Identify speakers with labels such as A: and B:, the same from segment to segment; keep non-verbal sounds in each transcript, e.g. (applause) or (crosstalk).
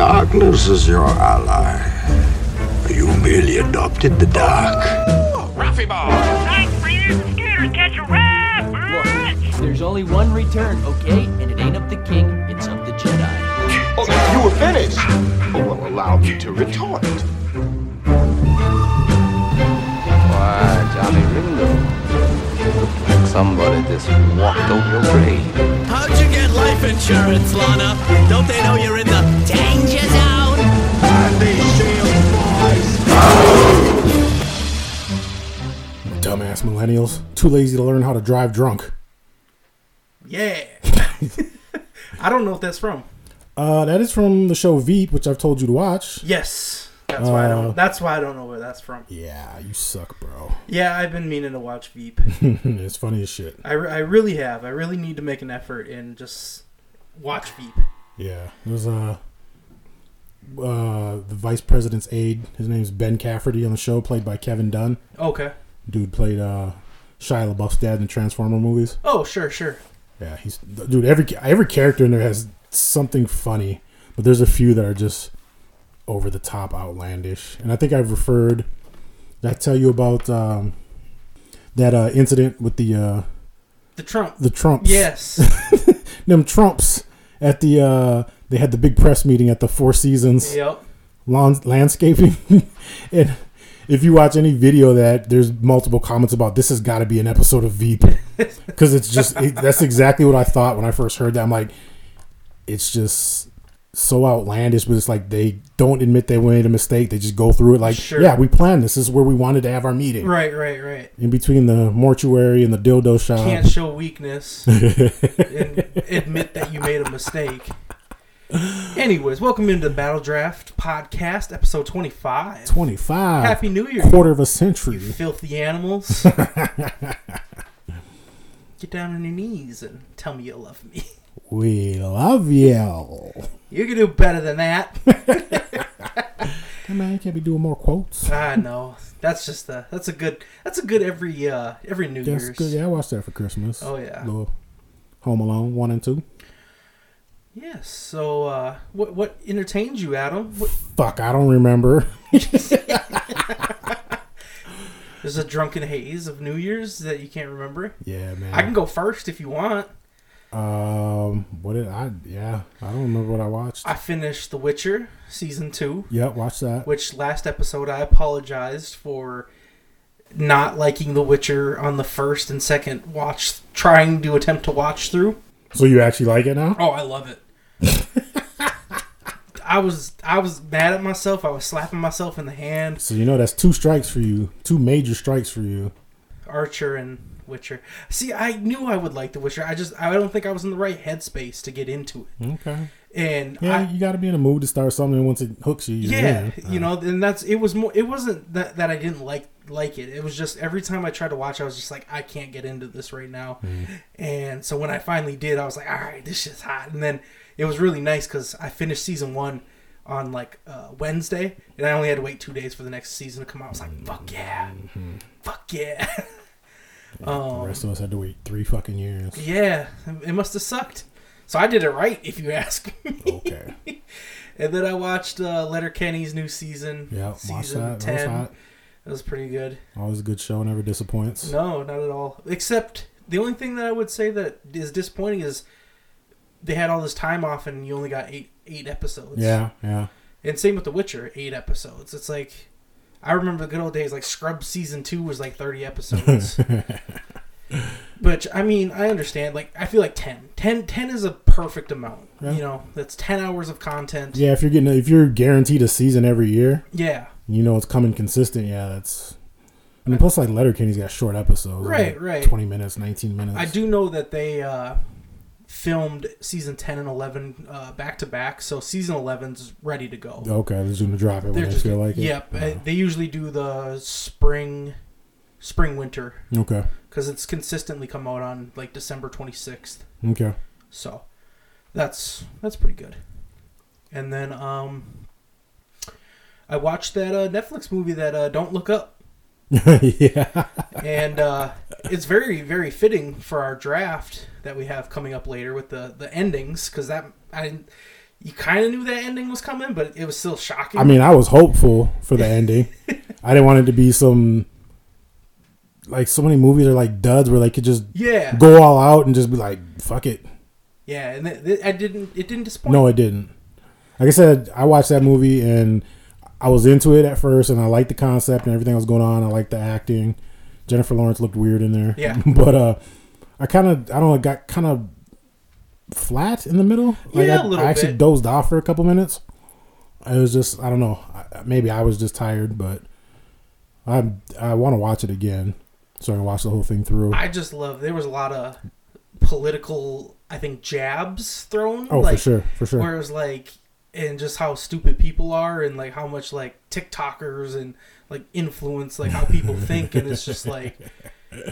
A: Oh, services, you're our ally. You merely adopted the dark.
B: Ruffy Ball!
C: Night, friends. Scared to catch a rat. Brrrr.
D: There's only one return, okay? And it ain't of the king, it's of the Jedi.
B: Oh, you were finished! Oh, well, allow me to retort.
E: Why, Johnny Ringo, you look like somebody just walked over your grave.
F: How'd you get life insurance, Lana? Don't they know you're in the danger zone?
B: And these shield boys!
G: Dumbass millennials. Too lazy to learn how to drive drunk.
H: Yeah. Eh. (laughs) I don't know if that's from.
G: Uh, that is from the show Veep, which I've told you to watch.
H: Yes. That's why I
G: Uh,
H: don't. That's why I don't know where that's from.
G: Yeah, you suck, bro.
H: Yeah, I've been meaning to watch Veep.
G: it's funny as shit.
H: I, re- I really have. I really need to make an effort and just watch Veep.
G: Yeah, there's a uh, uh, the vice president's aide. His name's Ben Cafferty on the show, played by Kevin Dunn.
H: Okay.
G: Dude played uh, Shia LaBeouf's dad in the Transformer movies.
H: Oh, sure, sure.
G: Yeah, he's dude. Every every character in there has something funny, but there's a few that are just over the top, outlandish. And I think I've referred. Did I tell you about um, that uh, incident with the uh,
H: The Trump.
G: the Trumps?
H: yes.
G: (laughs) them Trumps at the uh, they had the big press meeting at the Four Seasons
H: yep.
G: lawn, landscaping. (laughs) and if you watch any video of that, there's multiple comments about this has got to be an episode of
H: (laughs)
G: Veep because it's just it, that's exactly what I thought when I first heard that. I'm like, it's just so outlandish, but it's like they don't admit they made a mistake. They just go through it like,
H: Sure.
G: yeah, we planned this. This is where we wanted to have our meeting.
H: Right, right, right.
G: In between the mortuary and the dildo shop.
H: Can't
G: (laughs)
H: show weakness and admit that you made a mistake. Anyways, welcome into the Battle Draft Podcast, episode 25.
G: 25.
H: Happy New Year,
G: Quarter of a century. (laughs)
H: filthy animals. Get down on your knees and tell me you love me. (laughs)
G: We love you.
H: You can do better than that.
G: (laughs) Hey, man, you can't be doing more quotes.
H: I know. That's just a that's a good that's a good every uh every New
G: That's
H: Year's.
G: good. Yeah, I watched that for Christmas.
H: Oh, yeah.
G: Little Home Alone one and two.
H: Yes. So uh what what entertained you, Adam? What,
G: Fuck, I don't remember. (laughs)
H: there's a drunken haze of New Year's that you can't remember.
G: Yeah, man.
H: I can go first if you want.
G: Um, what did I? Yeah, I don't remember what I watched.
H: I finished The Witcher season 2,
G: yeah, watch that.
H: which last episode I apologized for not liking The Witcher on the first and second watch trying to attempt to watch through.
G: So you actually like it now?
H: Oh, I love it. (laughs) I was I was mad at myself. I was slapping myself in the hand.
G: So you know that's two strikes for you, two major strikes for you.
H: Archer and Witcher. See, I knew I would like The Witcher. I just I don't think I was in the right headspace to get into it.
G: Okay.
H: And
G: Yeah,
H: I,
G: you got to be in a mood to start something. and Once it hooks you, you're
H: yeah,
G: in.
H: you know, and that's it was more. It wasn't that that I didn't like like it. It was just every time I tried to watch, I was just like, I can't get into this right now.
G: Mm-hmm.
H: And so when I finally did, I was like, all right, this shit's hot. And then it was really nice because I finished season one on like uh, Wednesday, and I only had to wait two days for the next season to come out. I was like, fuck yeah, fuck yeah,
G: Mm-hmm.
H: (laughs) Um,
G: the rest of us had to wait three fucking years.
H: yeah. It must have sucked. So I did it right, if you ask me.
G: Okay.
H: And then I watched uh, Letter Kenny's new season.
G: Yeah, watch
H: season
G: that. That was
H: 10.
G: hot.
H: It was pretty good.
G: Always a good show. Never disappoints.
H: No, not at all. Except the only thing that I would say that is disappointing is they had all this time off and you only got eight eight episodes.
G: Yeah, yeah.
H: And same with The Witcher, eight episodes. It's like I remember the good old days, like Scrub season two was like
G: (laughs)
H: thirty episodes. Which I mean, I understand. Like I feel like 10. 10, 10 is a perfect amount.
G: Yeah.
H: You know, that's ten hours of content.
G: Yeah, if you're getting if you're guaranteed a season every year,
H: yeah.
G: you know it's coming consistent. Yeah, that's. I mean, plus like Letterkenny's got short episodes,
H: Right,
G: like
H: right.
G: Twenty minutes, nineteen minutes.
H: I do know that they uh, filmed season 10 and 11 uh, back to back, so season 11's ready to go.
G: Okay, they're just gonna drop it when they feel like it. Oh.
H: yep. uh,
G: Yeah.
H: They usually do the spring, spring winter
G: Okay.
H: because it's consistently come out on like December 26th.
G: Okay. (laughs)
H: So that's that's pretty good. And then um, I watched that uh, Netflix movie that uh, Don't Look Up.
G: yeah.
H: and uh, it's very very fitting for our draft that we have coming up later with the the endings because that I you kind of knew that ending was coming, but it was still shocking.
G: I mean, I was hopeful for the
H: (laughs)
G: ending. I didn't want it to be some like so many movies are like duds where they could just
H: yeah,
G: go all out and just be like, "Fuck it."
H: yeah, and th- th- I didn't. It didn't disappoint.
G: No, it didn't. Like I said, I watched that movie and I was into it at first, and I liked the concept and everything that was going on. I liked the acting. Jennifer Lawrence looked weird in there.
H: Yeah.
G: (laughs) but uh, I kind of, I don't know, it got kind of flat in the middle. Like
H: Yeah,
G: I,
H: a little
G: I actually
H: bit.
G: dozed off for a couple minutes. It was just, I don't know, I- maybe I was just tired, but I I want to watch it again, so I can watch the whole thing through.
H: I just love. There was a lot of political, I think, jabs thrown.
G: oh,
H: like,
G: for sure, for sure.
H: Where it was like, and just how stupid people are, and like how much like TikTokers and like influence like
G: (laughs)
H: how people think, and it's just like.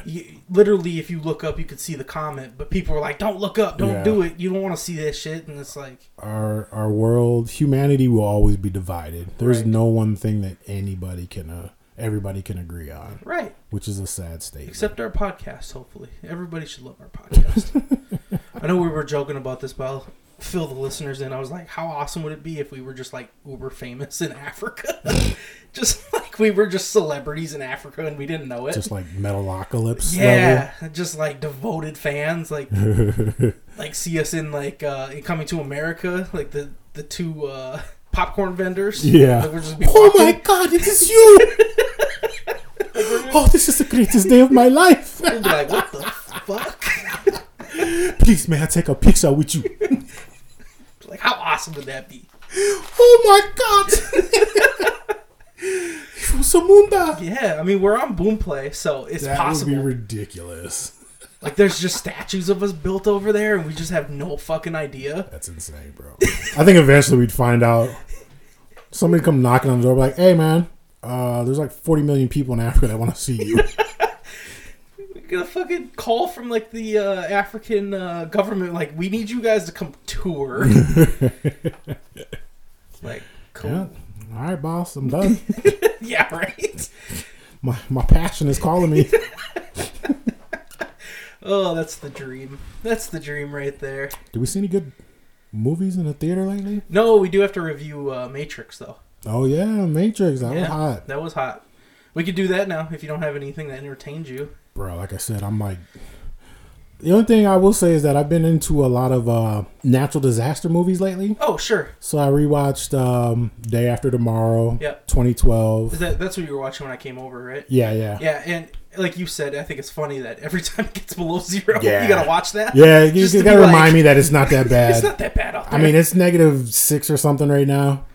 H: You, literally, if you look up, you could see the comment, but people were like, "Don't look up, don't
G: Yeah.
H: do it. You don't want to see that shit." And it's like,
G: our our world humanity will always be divided there's
H: Right.
G: no one thing that anybody can uh, everybody can agree on
H: right?
G: which is a sad state
H: Except our podcast, hopefully. Everybody should love our podcast.
G: (laughs)
H: I know we were joking about this, but I'll fill the listeners in. I was like, how awesome would it be if we were just like uber famous in Africa? (laughs) just like we were just celebrities in Africa and we didn't know it.
G: just like metalocalypse
H: yeah, just like devoted
G: (laughs)
H: fans, like
G: level
H: like see us in like uh in coming to America, like the the two uh popcorn vendors.
G: Yeah.
H: Like, we'll just be
G: oh my
H: walking-
G: god it is
H: (laughs)
G: you oh this is the greatest day of my life
H: we'll be like, what the fuck?
G: please may i take a picture with you
H: like how awesome would that be?
G: oh
H: (laughs)
G: my god from samunda
H: Yeah, I mean we're on boom play, so it's
G: that
H: possible.
G: would be ridiculous
H: like there's just statues of us built over there, and we just have no fucking idea.
G: That's insane, bro. (laughs) I think eventually we'd find out. Somebody come knocking on the door, be like, "Hey, man, uh, there's like 40 million people in Africa that want to see (laughs) you."
H: We get a fucking call from like the uh, African uh, government, like we need you guys to come
G: (laughs)
H: tour. like, cool. (laughs)
G: yeah.
H: Yeah,
G: All right, boss, I'm done.
H: right.
G: My my passion is calling (laughs) me.
H: Oh, that's the dream. That's the dream right there.
G: Do we see any good movies in the theater lately?
H: No, we do have to review uh, Matrix though.
G: Oh yeah, Matrix. That was
H: Yeah,
G: hot,
H: That was hot. We could do that now if you don't have anything that entertained you.
G: bro. Like I said, I'm like. The only thing I will say is that I've been into a lot of uh, natural disaster movies lately.
H: Oh, sure.
G: So I rewatched um, Day After Tomorrow,
H: Yep.
G: 2012.
H: Is that that's what you were watching when I came over, right?
G: yeah, yeah.
H: Yeah, and like you said, I think it's funny that every time it gets below zero,
G: Yeah.
H: you gotta watch that.
G: Yeah, you,
H: Just
G: you
H: to
G: gotta
H: be like,
G: remind me that it's not that bad.
H: (laughs) It's not that bad out
G: I
H: there.
G: mean, it's negative six or something right now,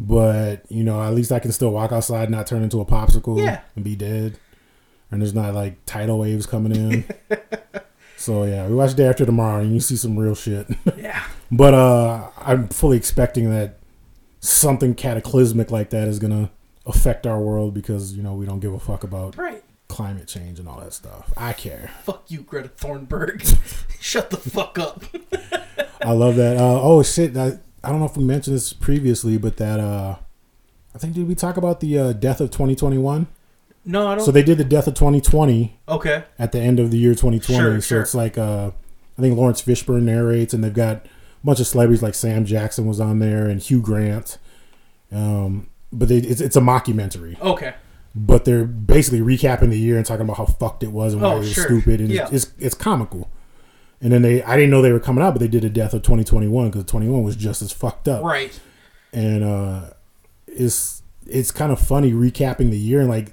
G: but you know, at least I can still walk outside, and not turn into a popsicle,
H: Yeah.
G: and be dead. And there's not like tidal waves coming
H: (laughs)
G: in. so yeah, we watch Day After Tomorrow, and you see some real shit. (laughs)
H: yeah,
G: but uh, I'm fully expecting that something cataclysmic like that is gonna affect our world because you know we don't give a fuck about
H: right.
G: climate change and all that stuff. I care.
H: Fuck you, Greta Thornburg.
G: (laughs)
H: Shut the fuck up. (laughs)
G: I love that. Uh, oh shit! I, I don't know if we mentioned this previously, but that uh, I think did we talk about the uh, death of 2021?
H: No, I don't.
G: So they did the death of 2020
H: okay,
G: at the end of the year 2020. so
H: Sure, sure.
G: it's like uh, I think Lawrence Fishburne narrates, and they've got a bunch of celebrities like Sam Jackson was on there and Hugh Grant. Um, but they, it's, it's a mockumentary.
H: okay,
G: But they're basically recapping the year and talking about how fucked it was and why
H: Oh,
G: it was
H: sure.
G: stupid, and
H: Yeah.
G: it's, it's it's comical. And then they, I didn't know they were coming out, but they did a death of 2021 because 21 was just as fucked up
H: right.
G: and uh it's it's kind of funny recapping the year and like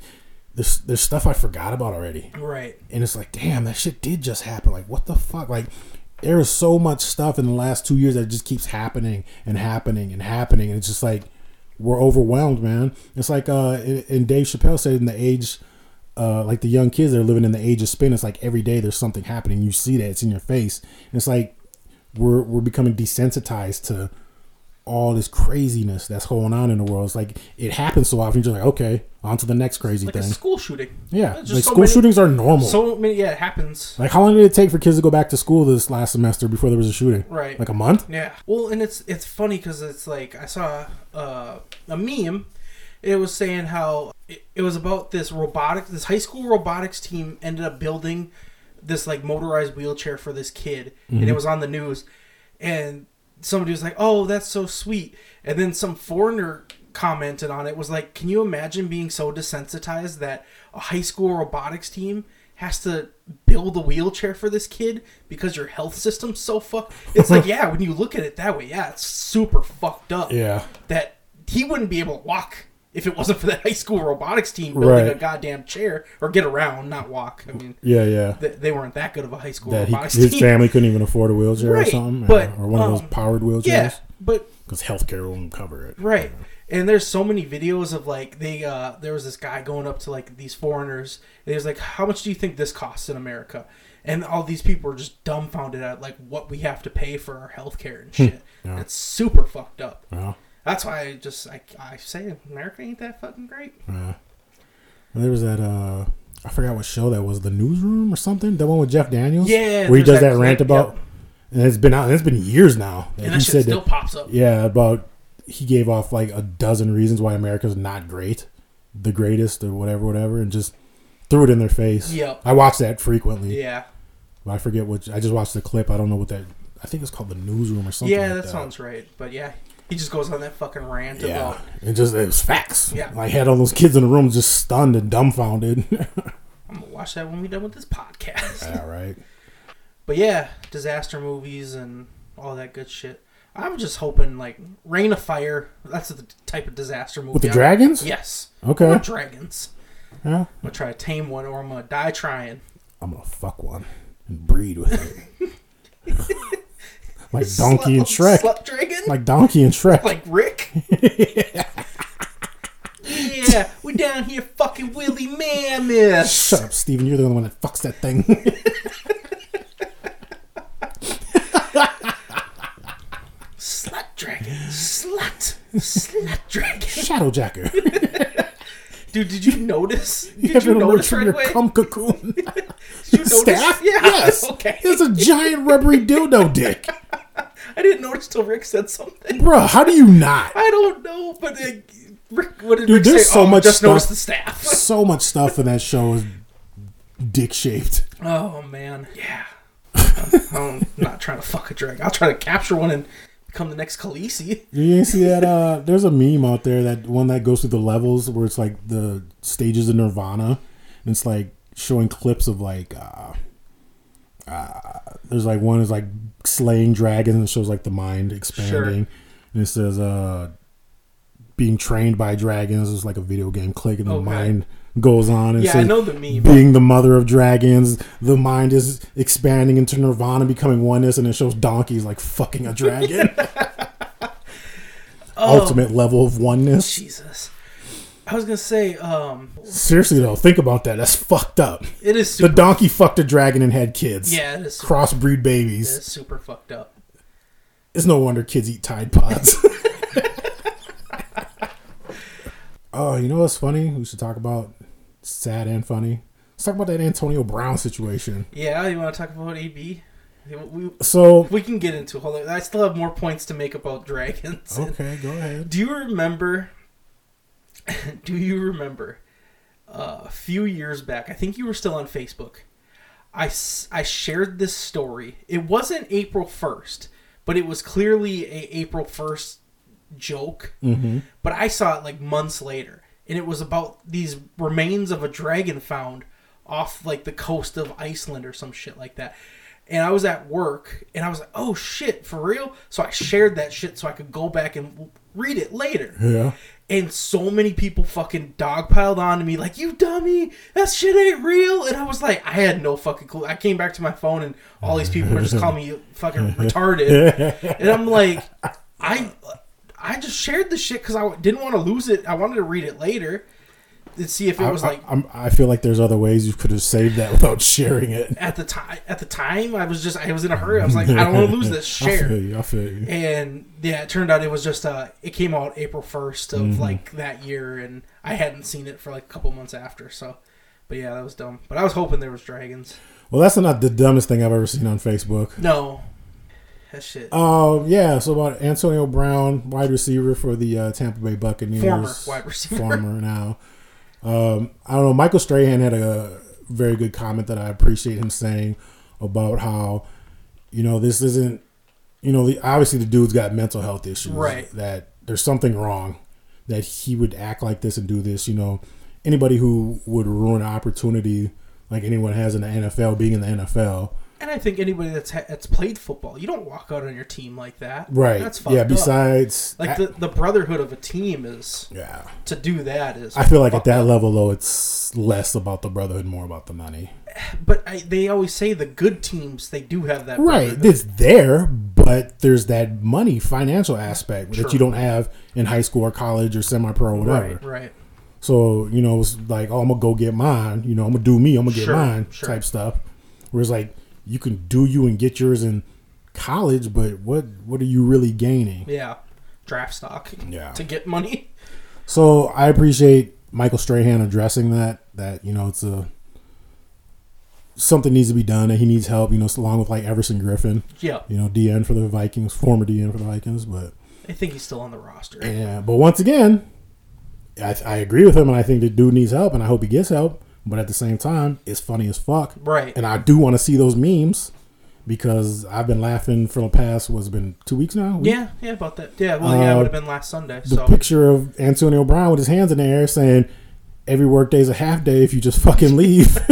G: there's there's stuff I forgot about already,
H: Right.
G: and it's like damn that shit did just happen. Like what the fuck? Like there is so much stuff in the last two years that just keeps happening and happening and happening, and it's just like we're overwhelmed, man. It's like uh and and Dave Chappelle said in the age. Uh, like the young kids that are living in the age of spin, it's like every day there's something happening. You see that it's in your face, and it's like we're we're becoming desensitized to all this craziness that's going on in the world. It's like it happens so often. You're just like, okay, on to the next crazy
H: Like a
G: thing.
H: school shooting.
G: Yeah,
H: Just
G: like
H: so
G: school
H: many-
G: shootings are normal.
H: So many. Yeah, it happens.
G: like, how long did it take for kids to go back to school this last semester before there was a shooting?
H: Right.
G: like a month.
H: Yeah. Well, and it's it's funny because it's like I saw uh, a meme. It was saying how it, it was about this robotics, this high school robotics team ended up building this like motorized wheelchair for this kid, and it was on the news, and somebody was like, "Oh, that's so sweet," and then some foreigner commented on it was like, "Can you imagine being so desensitized that a high school robotics team has to build a wheelchair for this kid because your health system's so fucked?"
G: (laughs)
H: It's like, yeah, when you look at it that way, yeah, it's super fucked up.
G: Yeah.
H: that he wouldn't be able to walk. If it wasn't for that (laughs) high school robotics team building
G: Right.
H: a goddamn chair or get around, not walk. I mean,
G: Yeah, yeah.
H: th- they weren't that good of a high school
G: That he,
H: robotics
G: his
H: team.
G: family couldn't even afford a wheelchair
H: Right,
G: or something,
H: but,
G: or, or one of
H: um,
G: those powered
H: (laughs) Yeah,
G: wheelchairs,
H: but
G: because healthcare won't cover it.
H: right. And there's so many videos of like they uh there was this guy going up to like these foreigners and he was like, How much do you think this costs in America? And all these people are just dumbfounded at like what we have to pay for our healthcare and shit. That's super fucked up.
G: Hmm. Yeah.
H: That's why I just I, I say America ain't that fucking great.
G: And there was that uh I forgot what show that was, the newsroom or something? That one with Jeff Daniels?
H: Yeah,
G: Where he does
H: there's that
G: that, rant
H: clip,
G: about
H: yep.
G: and it's been out it's been years now.
H: And
G: he
H: that shit
G: said
H: still
G: that,
H: pops up.
G: Yeah, about he gave off like a dozen reasons why America's not great, the greatest or whatever, whatever, and just threw it in their face.
H: Yep.
G: I watch that frequently.
H: Yeah.
G: But I forget which I just watched the clip. I don't know what that I think it's called the newsroom or something.
H: Yeah,
G: like
H: that sounds right. But yeah. He just goes on that fucking rant
G: yeah,
H: about
G: it just it was facts.
H: Yeah.
G: I had all those kids in the room just stunned and dumbfounded.
H: I'm gonna watch that when we done with this
G: (laughs)
H: podcast.
G: All right,
H: But yeah, disaster movies and all that good shit. I'm just hoping like Rain of Fire. That's the type of disaster movie.
G: with the
H: I'm-
G: dragons.
H: Yes.
G: Okay.
H: Or dragons.
G: Yeah.
H: I'm gonna try to tame one, or I'm gonna die trying.
G: I'm gonna fuck one and breed with it.
H: (laughs)
G: like Donkey and
H: Slut-
G: Shrek.
H: Slut dragon. Like,
G: Like Donkey and Shrek. (laughs)
H: Rick. yeah, we down here fucking Willie Mammoth.
G: Shut up, Steven. You're the only one that fucks that
H: (laughs)
G: thing. (laughs)
H: Slut dragon. Slut. Slut dragon.
G: Shadowjacker.
H: Dude, did you notice? Did
G: Having
H: you
G: a
H: notice
G: roach
H: right
G: in
H: away?
G: your cum cocoon. (laughs)
H: Did (laughs) you notice?
G: Staff?
H: (laughs) Yeah.
G: Yes.
H: Okay.
G: It's a giant rubbery
H: (laughs)
G: dildo dick.
H: I didn't notice till Rick said something.
G: Bruh, how do you not?
H: I don't know, but uh, Rick, what did
G: Dude,
H: Rick
G: there's
H: say?
G: so
H: oh,
G: much
H: just
G: stuff.
H: notice the staff. (laughs)
G: So much stuff in that show is dick shaped.
H: Oh man, yeah. I'm not trying to fuck a dragon. I'll try to capture one and become the next Khaleesi.
G: You ain't see that? Uh, there's a meme out there that one that goes through the levels where it's like the stages of Nirvana, and it's like showing clips of like. Uh, uh, there's like one is like slaying dragons and it shows like the mind expanding, and it says uh, being trained by dragons is like a video game click, and the
H: Okay.
G: mind goes on. And it
H: Yeah, I
G: says,
H: know the meme.
G: Being the mother of dragons, the mind is expanding into Nirvana, becoming oneness, and it shows donkeys like fucking a dragon. ultimate level of oneness.
H: Oh, Jesus. I was gonna say, um,
G: Seriously though, think about that. That's fucked up.
H: it is
G: The
H: super.
G: donkey fucked a dragon and had kids.
H: yeah, it is super,
G: Crossbreed
H: it
G: babies.
H: is super fucked up.
G: It's no wonder kids eat Tide Pods.
H: (laughs)
G: (laughs) oh, you know what's funny? We should talk about sad and funny. Let's talk about that Antonio Brown situation.
H: Yeah, you want to talk about AB? We,
G: So
H: we can get into. Hold on, I still have more points to make about dragons.
G: Okay, go ahead.
H: Do you remember? (laughs) do you remember? Uh, a few years back, I think you were still on Facebook. I, s- I shared this story. It wasn't April first, but it was clearly a April first joke. Mm-hmm. But I saw it like months later, and it was about these remains of a dragon found off like the coast of Iceland or some shit like that. And I was at work, and I was like, "Oh shit, for real!" So I shared that shit so I could go back and w- read it later.
G: Yeah.
H: And so many people fucking dogpiled on to me like, "You dummy, that shit ain't real." And I was like, I had no fucking clue. I came back to my phone, and all these people were just calling me fucking retarded. And I'm like, I, I just shared the shit because I w- didn't want to lose it. I wanted to read it later to see if it
G: I,
H: was like
G: I, am I feel like there's other ways you could have saved that (laughs) without sharing it.
H: at the time. At the time, I was just I was in a hurry. I was like, I don't want
G: (laughs)
H: to lose this.
G: I
H: Share.
G: feel you. I feel you.
H: and yeah, it turned out it was just uh it came out April first of
G: Mm-hmm.
H: like that year, and I hadn't seen it for like a couple months after. So, but yeah, that was dumb. But I was hoping there was dragons.
G: Well, that's not the dumbest thing I've ever seen on Facebook.
H: No, that shit.
G: Um, yeah, so about Antonio Brown, wide receiver for the uh, Tampa Bay Buccaneers.
H: Former wide receiver.
G: Former now. Um, I don't know. Michael Strahan had a very good comment that I appreciate him saying about how, you know, this isn't you know, the, obviously the dude's got mental health issues.
H: Right.
G: That there's something wrong that he would act like this and do this. You know, anybody who would ruin an opportunity like anyone has in the NFL, being in the NFL.
H: And I think anybody that's ha- that's played football, you don't walk out on your team like that.
G: Right.
H: That's fucked
G: yeah.
H: up.
G: Besides,
H: like
G: I-
H: the, the brotherhood of a team is
G: yeah,
H: to do that is.
G: I feel like at
H: fucked
G: that
H: up.
G: level though, it's less about the brotherhood, more about the money.
H: But I, they always say the good teams they do have that.
G: Right.
H: brotherhood.
G: It's there, but there's that money financial aspect that you
H: True.
G: don't have in high school or college or semi pro or whatever.
H: Right. Right.
G: So, you know, it's like, oh, I'm going to go get mine. You know, I'm going to do me. I'm going to get
H: Sure,
G: mine
H: sure.
G: type stuff. Whereas, like, you can do you and get yours in college, but what what are you really gaining?
H: Yeah. Draft stock.
G: Yeah.
H: To get money. (laughs)
G: So, I appreciate Michael Strahan addressing that, that, you know, it's a something needs to be done and he needs help, you know, along with like Everson Griffin,
H: Yeah.
G: you know, DN for the Vikings, former DN for the Vikings, but.
H: I think he's still on the roster.
G: Yeah, but once again, I, I agree with him, and I think the dude needs help, and I hope he gets help. But at the same time, it's funny as fuck,
H: Right.
G: And I do want to see those memes because I've been laughing for the past what's it been two weeks now. Week?
H: yeah. Yeah. About that. Yeah. Well, yeah.
G: Uh,
H: It would have been last Sunday.
G: the
H: So.
G: picture of Antonio Brown with his hands in the air saying, "Every workday's a half day if you just fucking leave."
H: (laughs)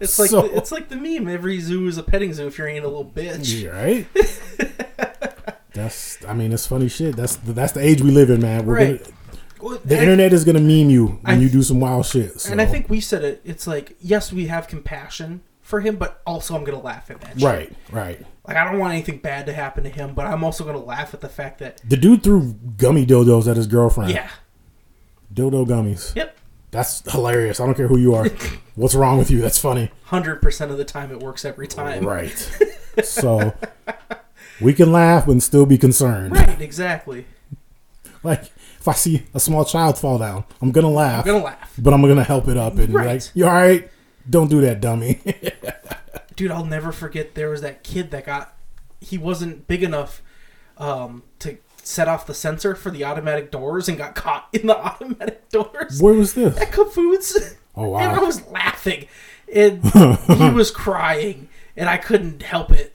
H: It's like
G: So-
H: the, it's like the meme. Every zoo is a petting zoo if you ain't a little bitch.
G: Yeah, right? (laughs) That's I mean, it's funny shit. That's the, that's the age we live in, man. We're
H: Right.
G: gonna,
H: Well,
G: the
H: and-
G: internet is gonna meme you when
H: I-
G: you do some wild shit.
H: And I
G: so.
H: think we said it. It's like yes, we have compassion for him, but also I'm gonna laugh at that. shit.
G: right, right.
H: Like I don't want anything bad to happen to him, but I'm also gonna laugh at the fact that
G: The dude threw gummy dildos at his girlfriend.
H: yeah,
G: Dildo gummies.
H: yep,
G: That's hilarious. I don't care who you
H: (laughs)
G: are. What's wrong with you? That's funny.
H: hundred percent of the time it works every time.
G: Right. so we can laugh and still be concerned.
H: Right, exactly.
G: Like if I see a small child fall down, I'm gonna laugh.
H: I'm gonna laugh,
G: But I'm gonna help it up and be like,
H: Right.
G: You alright? Don't do that, dummy. (laughs)
H: dude. I'll never forget. There was that kid that got he wasn't big enough um, to set off the sensor for the automatic doors and got caught in the (laughs) automatic doors.
G: Where was this?
H: at Kafoods. (laughs)
G: Oh, wow.
H: And I was laughing, and
G: (laughs)
H: he was crying, and I couldn't help it.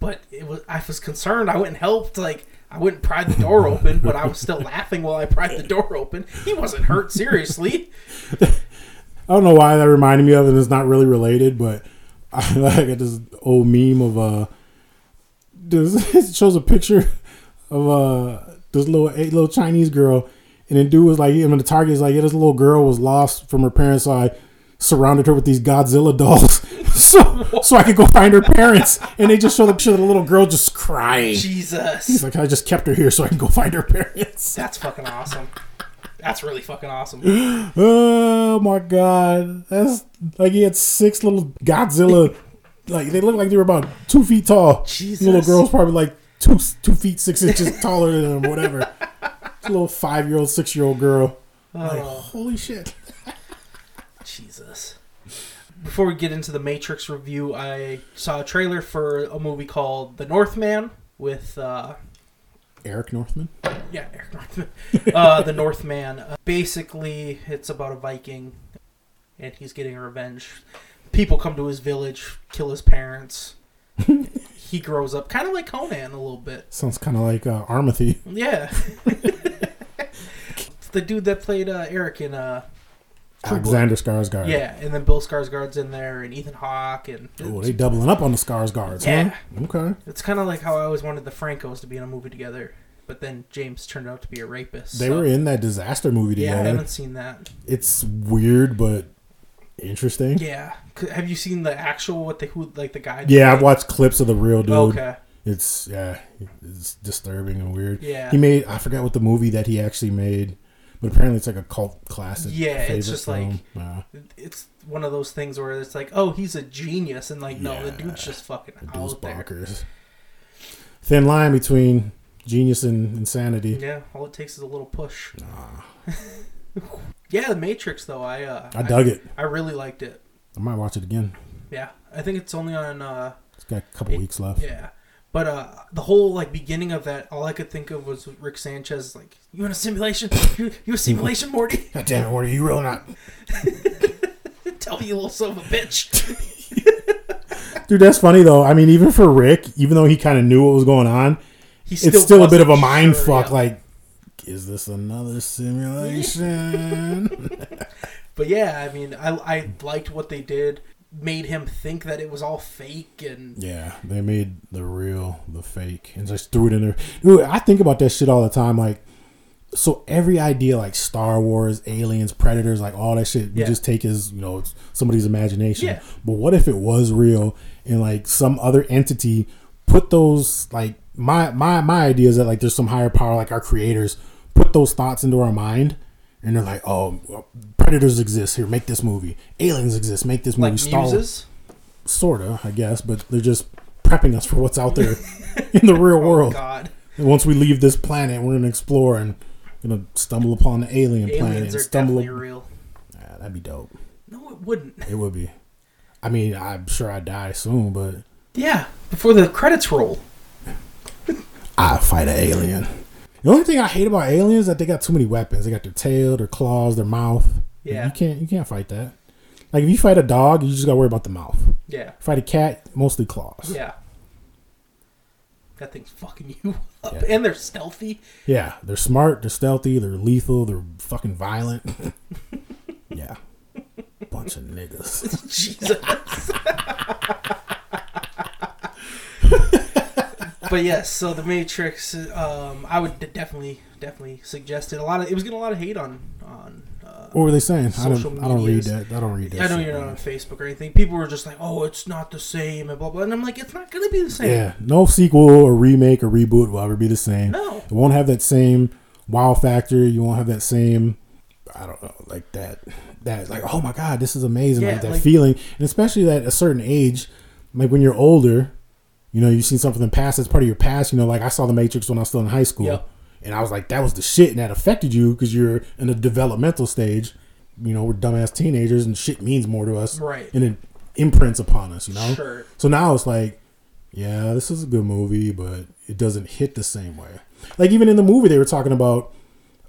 H: But it was I was concerned. I went and helped. Like I went and pried the door open, but I was
G: (laughs)
H: still laughing while I pried the door open. He wasn't hurt seriously.
G: I don't know why that reminded me of, and it's not really related, but I (laughs) like got this old meme of uh, this (laughs) it shows a picture of uh this little eight little Chinese girl, and the dude was like, I mean, the target is like, yeah, this little girl was lost from her parents, so I surrounded her with these Godzilla dolls, (laughs) so so I could go find her parents, and they just show the picture of the little girl just crying. It's
H: Jesus,
G: like I just kept her here so I can go find her parents.
H: that's fucking awesome. That's really fucking awesome.
G: Oh my god, that's like he had six little Godzilla. like they look like they were about two feet tall.
H: Jesus.
G: Little girl's probably like two two feet six
H: (laughs)
G: inches taller than him, whatever. This little five year old, six year old girl.
H: Oh.
G: Like holy shit.
H: Jesus. Before we get into the Matrix review, I saw a trailer for a movie called The Northman with uh,
G: Eric Northman.
H: Yeah, (laughs) Eric Northman. uh, the Northman. Uh, basically, it's about a Viking, and he's getting revenge. People come to his village, kill his parents. he grows up, kind of like Conan a little bit.
G: Sounds kind of like uh, Armathy. (laughs)
H: Yeah. It's the dude that played uh, Eric in uh, True Blood.
G: Alexander Skarsgård.
H: Yeah, and then Bill Skarsgård's in there, and Ethan Hawke, and
G: Oh, they doubling up on the Skarsgårds,
H: Yeah.
G: huh? Okay.
H: it's kind of like how I always wanted the Francos to be in a movie together. But then James turned out to be a rapist.
G: They
H: so-
G: were in that disaster movie
H: Yeah, I
G: together.
H: haven't seen that.
G: it's weird but interesting.
H: Yeah. C- Have you seen the actual what the who like the guy? that-
G: Yeah, I've watched clips of the real dude.
H: Okay.
G: It's yeah, it's disturbing and weird.
H: Yeah.
G: He made I forgot what the movie that he actually made, but apparently it's like a cult classic.
H: Yeah, it's
G: favorite
H: just like-
G: film. Yeah.
H: It's one of those things where it's like, oh, he's a genius, and like, no, the dude's just fucking
G: Those
H: out there.
G: bonkers. Thin line between genius and insanity.
H: Yeah, all it takes is a little push. (laughs) yeah, The Matrix though, I uh,
G: I dug it.
H: I really liked it.
G: I might watch it again.
H: Yeah, I think it's only on. uh
G: It's got a couple weeks left.
H: Yeah, but uh the whole like beginning of that, all I could think of was Rick Sanchez like, "You in a simulation? You, you
G: (laughs)
H: a simulation, Morty? (laughs)
G: God damn it, Warner, you real or not?
H: Tell me, you little son of a bitch."
G: Dude, that's funny though. I mean, even for Rick, even though he kind of knew what was going on,
H: He's
G: it's still a bit of a
H: wasn't
G: mind
H: sure,
G: fuck.
H: yeah.
G: Like, is this another
H: (laughs)
G: simulation?
H: But yeah, I mean, I, I liked what they did. Made him think that it was all fake, and
G: yeah, they made the real the fake and just threw it in there. Dude, I think about that shit all the time. Like, so every idea, like Star Wars, aliens, predators, like all that shit, we
H: Yeah.
G: just take as you know it's somebody's imagination.
H: Yeah.
G: But what if it was real and like some other entity put those like my my my idea is that like there's some higher power, like our creators put those thoughts into our mind. And they're like, oh, predators exist here. Make this movie. Aliens exist. Make this movie.
H: like
G: Star Wars-
H: muses.
G: sort of, I guess, but they're just prepping us for what's out
H: (laughs)
G: there in the real world.
H: Oh, God,
G: And once we leave this planet, we're gonna explore and gonna stumble upon the alien planet
H: aliens
G: and
H: are
G: stumble.
H: definitely real.
G: Ah, that'd be dope.
H: No, it wouldn't. (laughs)
G: It would be. I mean, I'm sure I die soon, but
H: Yeah, before the credits roll.
G: I fight an alien. The only thing I hate about aliens is that they got too many weapons. They got their tail, their claws, their mouth. Like,
H: Yeah.
G: you can't you can't fight that. Like if you fight a dog, you just gotta worry about the mouth.
H: Yeah,
G: Fight a cat, mostly claws.
H: yeah. That thing's fucking you up,
G: Yeah.
H: and they're stealthy.
G: Yeah, they're smart, they're stealthy, they're lethal, they're fucking violent.
H: (laughs)
G: yeah. Bunch of niggas.
H: (laughs) Jesus. but yes, so the Matrix, um, I would definitely, definitely suggest it. A lot of it was getting a lot of hate on on. Uh,
G: What were they saying? I don't,
H: Social
G: I don't read
H: medias.
G: that. I don't read that.
H: I know
G: shit,
H: you're not on
G: man.
H: Facebook or anything. People were just like, "Oh, it's not the same," and blah blah. And I'm like, "It's not gonna be the same."
G: Yeah, no sequel or remake or reboot will ever be the same.
H: No.
G: It won't have that same wow factor. You won't have that same, I don't know, like that, that like oh my god, this is amazing,
H: Yeah,
G: like that
H: like-
G: feeling, and especially at a certain age, like when you're older, you know, you've seen something in the past that's part of your past. You know, like I saw The Matrix when I was still in high school,
H: Yep.
G: and I was like, that was the shit, and that affected you because you're in a developmental stage. You know, we're dumbass teenagers, and shit means more to us,
H: Right.
G: And it imprints upon us, you know.
H: Sure.
G: So now it's like, yeah, this is a good movie, but it doesn't hit the same way. Like even in the movie, they were talking about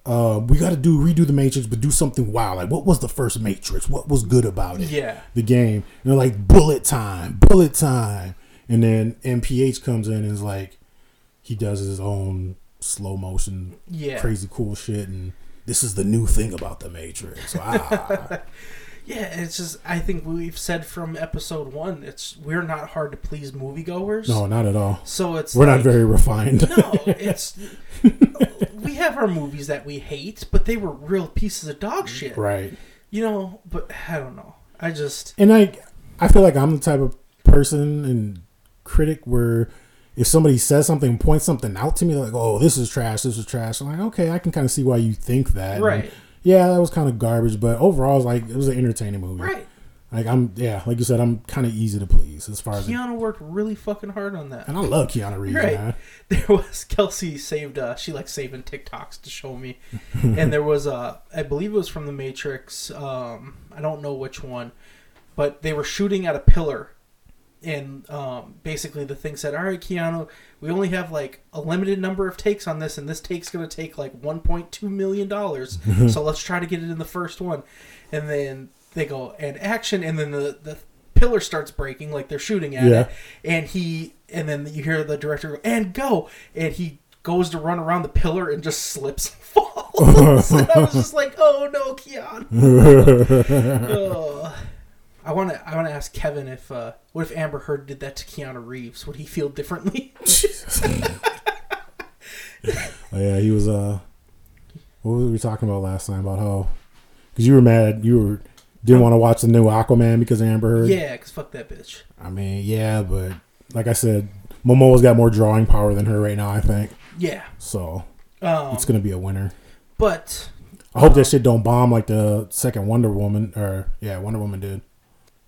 G: uh, we got to do redo the Matrix, but do something wild. Like what was the first Matrix? What was good about it?
H: Yeah.
G: the game. And they're like bullet time, bullet time, and then MPH comes in and is like, he does his own slow motion,
H: Yeah.
G: crazy cool shit, and this is the new thing about the Matrix.
H: (laughs)
G: Ah,
H: Yeah, it's just I think we've said from episode one, it's we're not hard to please moviegoers.
G: no, not at all.
H: so it's
G: We're not
H: like-
G: very refined.
H: No, it's we have our movies that we hate, but they were real pieces of dog shit.
G: (laughs) right.
H: You know, but I don't know. I just
G: and like I feel like I'm the type of person and critic where if somebody says something, points something out to me, like, "Oh, this is trash. This is trash." I'm like, "Okay, I can kind of see why you think that."
H: Right.
G: And, yeah, that was kind of garbage, but overall, it's like it was an entertaining movie.
H: right.
G: Like I'm, yeah, like you said, I'm kind of easy to please as far as,
H: Keanu worked really fucking hard on that.
G: and I love Keanu Reeves.
H: Right.
G: Man.
H: (laughs) There was Kelsey saved uh she likes saving TikToks to
G: (laughs)
H: show me. and there was uh I believe it was from the Matrix, um I don't know which one, but they were shooting at a pillar and um basically the thing said, Alright Keanu, we only have like a limited number of takes on this and this take's gonna take like one point two million dollars. so let's try to get it in the first one. And then they go and action and then the, the pillar starts breaking like they're shooting at
G: Yeah.
H: it and he and then you hear the director go and go and he goes to run around the pillar and just slips and (laughs) falls (laughs) and i was just like oh no keon Ugh. i want to i want to ask kevin if uh what if amber heard did that to keanu reeves would he feel differently (laughs)
G: Oh, yeah, he was. Uh, what were we talking about last time about how? Because you were mad, you were didn't want to watch the new Aquaman because of Amber Heard.
H: yeah because fuck that bitch
G: I mean, yeah, but like I said, Momoa's got more drawing power than her right now, I think.
H: yeah
G: So
H: um
G: it's gonna be a winner.
H: but
G: I hope that shit don't bomb like the second Wonder Woman or yeah, Wonder Woman did.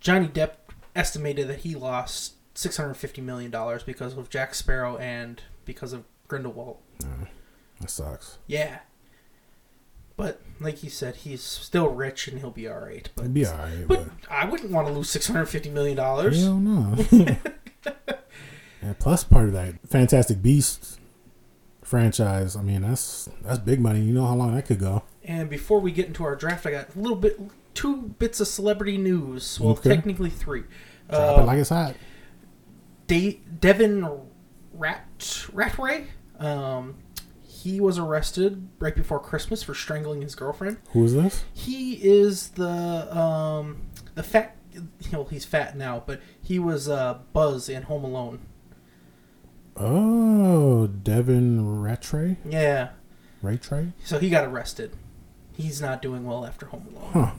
H: johnny depp estimated that he lost 650 million dollars because of jack sparrow and because of grindelwald
G: That sucks.
H: Yeah. But like you said, he's still rich and he'll be all right. But
G: It'd be alright,
H: but
G: but,
H: I wouldn't want to lose six hundred fifty million (laughs) dollars.
G: hell no. and plus part of that Fantastic Beasts franchise, I mean that's that's big money. You know how long that could go.
H: And before we get into our draft, I got a little bit, two bits of celebrity news. Well,
G: Okay.
H: technically three.
G: Drop
H: Uh,
G: it like it's hot.
H: De- Devin Rat Ratray. Um, he was arrested right before Christmas for strangling his girlfriend.
G: Who is this?
H: He is the um, the fat. Well, he's fat now, but he was uh, Buzz in Home Alone.
G: Oh, Devin Rattray?
H: Yeah,
G: Rattray?
H: so he got arrested. He's not doing well after Home Alone.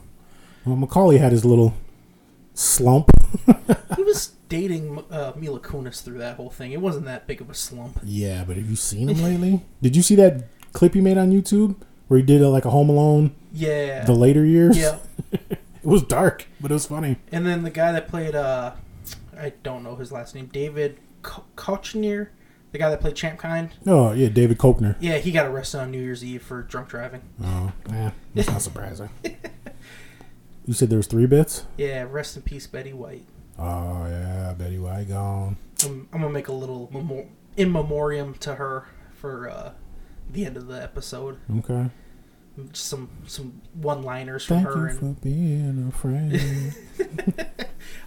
G: Well, Macaulay had his little slump.
H: He was dating uh, Mila Kunis through that whole thing. It wasn't that big of a slump.
G: Yeah, but have you seen
H: (laughs)
G: him lately? Did you see that clip he made on YouTube where he did uh like a Home Alone
H: Yeah.
G: the later years?
H: yeah.
G: (laughs) It was dark, but it was funny.
H: And then the guy that played, uh, I don't know his last name, David Ko- Kochner, the guy that played Champ Kind.
G: Oh, yeah, David Kopner.
H: Yeah, he got arrested on New Year's Eve for
G: (laughs)
H: drunk driving.
G: Oh, yeah, that's
H: (laughs)
G: not surprising. You said there was three bits?
H: Yeah, rest in peace, Betty White.
G: Oh, yeah, Betty White gone.
H: I'm, I'm gonna make a little memo- in memoriam to her for uh, the end of the episode.
G: Okay.
H: Just some some one liners from
G: Thank
H: her,
G: you
H: and
G: for being a
H: (laughs)
G: friend.
H: I'm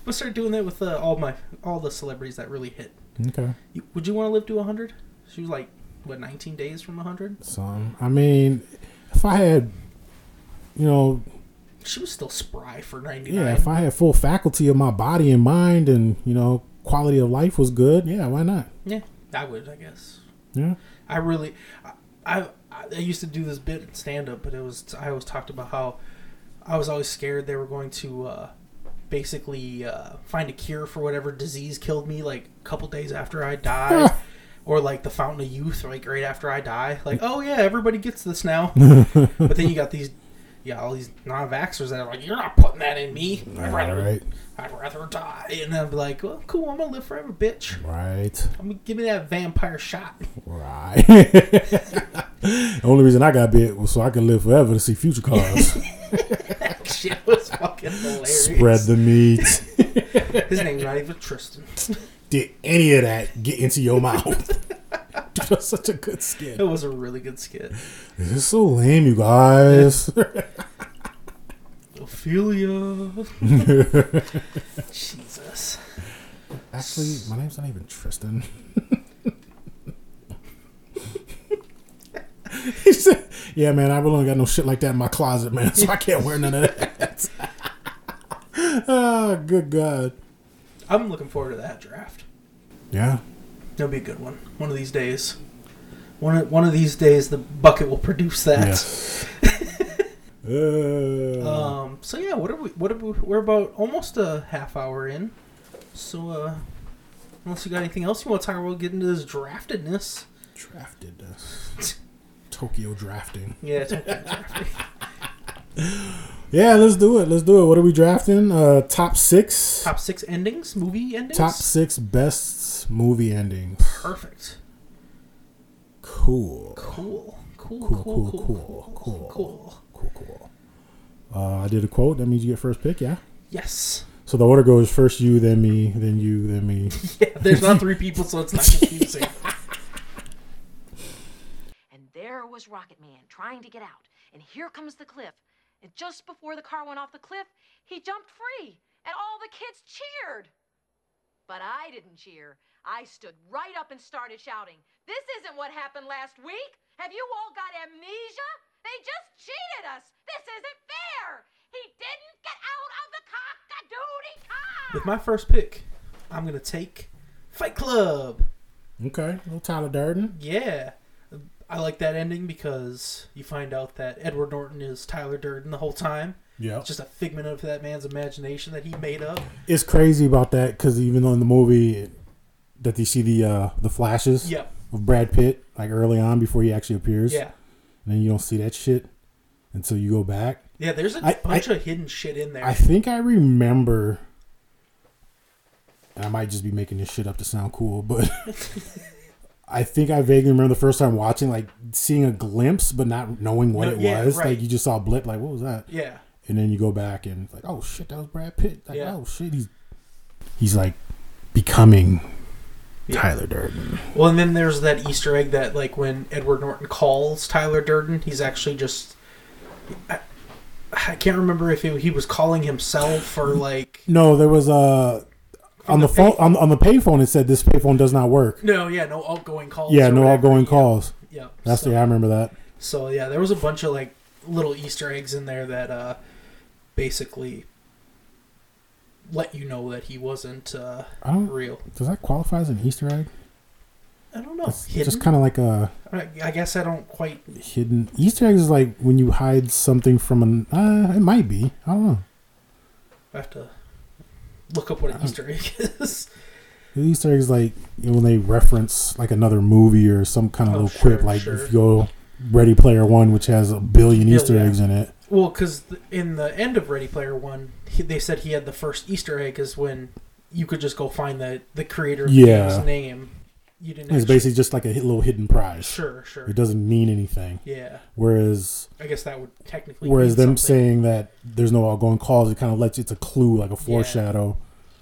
H: gonna start doing that with uh, all my all the celebrities that really hit.
G: okay.
H: You, would you want to live to 100? She was like what 19 days from 100.
G: Some. I mean, if I had, you know,
H: She was still spry for 99.
G: yeah, if I had full faculty of my body and mind, and you know, quality of life was good, yeah, why not?
H: Yeah, I would, I guess.
G: Yeah.
H: I really, I, I, I used to do this bit in stand up, but it was I always talked about how I was always scared they were going to uh, basically uh, find a cure for whatever disease killed me, like a couple days after
G: (laughs)
H: I died. Or like the fountain of youth, like right after I die, like oh yeah, everybody gets
G: (laughs)
H: this now. but then you got these, yeah, all these non-vaxxers that are like, you're not putting that in me. I'd rather,
G: Right.
H: I'd rather die. And I'm like, well, cool, I'm gonna live forever, bitch.
G: Right.
H: I'm gonna give me that vampire shot.
G: Right. (laughs) the only reason I got bit was so I could live forever to see future cars.
H: (laughs) shit was fucking hilarious.
G: Spread the meat.
H: His name's not even Tristan.
G: Did any of that get into your (laughs) mouth? Dude, that's such a good skit.
H: It was a really good skit.
G: This is so lame, you guys. (laughs)
H: Ophelia. Jesus.
G: Actually, my name's not even Tristan. (laughs) he said, "Yeah, man, I really ain't got no shit like that in my closet, man, so I can't wear none of that." (laughs) oh, good God!
H: I'm looking forward to that draft.
G: Yeah,
H: It'll be a good one. One of these days. One of, one of these days, the bucket will produce that.
G: yes. (laughs) Uh,
H: Um. So yeah, what are we? What are we? We're about almost a half hour in. So uh, unless you got anything else you want to talk about, we'll get into this draftedness. (laughs)
G: drafted us. Tokyo drafting.
H: Yeah. it's okay,
G: (laughs)
H: drafted.
G: Yeah, let's do it. Let's do it. What are we drafting? Uh, top six.
H: Top six endings, movie endings.
G: Top six best movie endings.
H: Perfect.
G: Cool.
H: Cool. Cool.
G: Cool, cool, cool, cool. Cool, cool. Uh, I did a quote. That means you get first pick. Yeah.
H: Yes. (laughs)
G: So the order goes first you, then me, then you, then me. (laughs)
H: Yeah, there's not three people, so it's not confusing.
I: And there was Rocket Man trying to get out. And here comes the cliff. And just before the car went off the cliff, he jumped free. And all the kids cheered. But I didn't cheer. I stood right up and started shouting, This isn't what happened last week. Have you all got amnesia? They just cheated us. This isn't fair. He didn't get out of the cock-a-doodie car.
H: With my first pick, I'm gonna take Fight Club.
G: Okay. Little Tyler Durden.
H: Yeah. I like that ending because you find out that Edward Norton is Tyler Durden the whole time.
G: Yeah.
H: It's just a figment of that man's imagination that he made up.
G: It's crazy about that because even though in the movie that you see the uh, the flashes
H: Yeah.
G: of Brad Pitt like early on before he actually appears.
H: Yeah.
G: And then you don't see that shit until you go back.
H: Yeah, there's a
G: I-
H: bunch
G: I-
H: of hidden shit in there.
G: I think I remember. and I might just be making this shit up to sound cool, but (laughs) I think I vaguely remember the first time watching, like seeing a glimpse, but not knowing what
H: No,
G: it
H: yeah,
G: was.
H: right.
G: Like you just saw a blip, like what was that?
H: yeah.
G: And then you go back and it's like, oh shit, that was Brad Pitt. Like
H: Yeah.
G: oh shit, he's he's like becoming Tyler Durden.
H: Well, and then there's that Easter egg that, like, when Edward Norton calls Tyler Durden, he's actually just. I, I can't remember if he, he was calling himself or, like.
G: No, there was a uh, on the, phone on, on the payphone it said this payphone does not work.
H: No, yeah, no outgoing calls.
G: yeah,
H: or
G: no
H: whatever.
G: outgoing
H: Yeah,
G: calls.
H: Yeah,
G: That's
H: so,
G: the I remember that.
H: so yeah, there was a bunch of like little Easter eggs in there that uh, basically let you know that he wasn't uh,
G: I don't-
H: real.
G: Does that qualify as an Easter egg?
H: I don't know.
G: It's
H: Hidden?
G: just kind of like a
H: I I guess I don't quite.
G: hidden Easter egg is like when you hide something from an. Uh, it might be. I don't know.
H: I have to look up what an Easter egg (laughs) is.
G: The Easter egg is like you know, when they reference like another movie or some kind of
H: Oh,
G: little
H: sure,
G: quip. Like
H: sure.
G: if you go Ready Player One, which has a billion
H: Yeah,
G: Easter
H: yeah.
G: eggs in it.
H: Well, because in the end of Ready Player One, he, they said he had the first Easter egg is when you could just go find the the creator of
G: Yeah.
H: the game's name. You didn't.
G: It's
H: actually-
G: basically just like a hit- little hidden prize.
H: sure, sure.
G: It doesn't mean anything.
H: Yeah,
G: Whereas
H: I guess that would technically.
G: whereas
H: mean
G: them
H: something.
G: saying that there's no outgoing calls, it kind of lets you, it's a clue, like a foreshadow,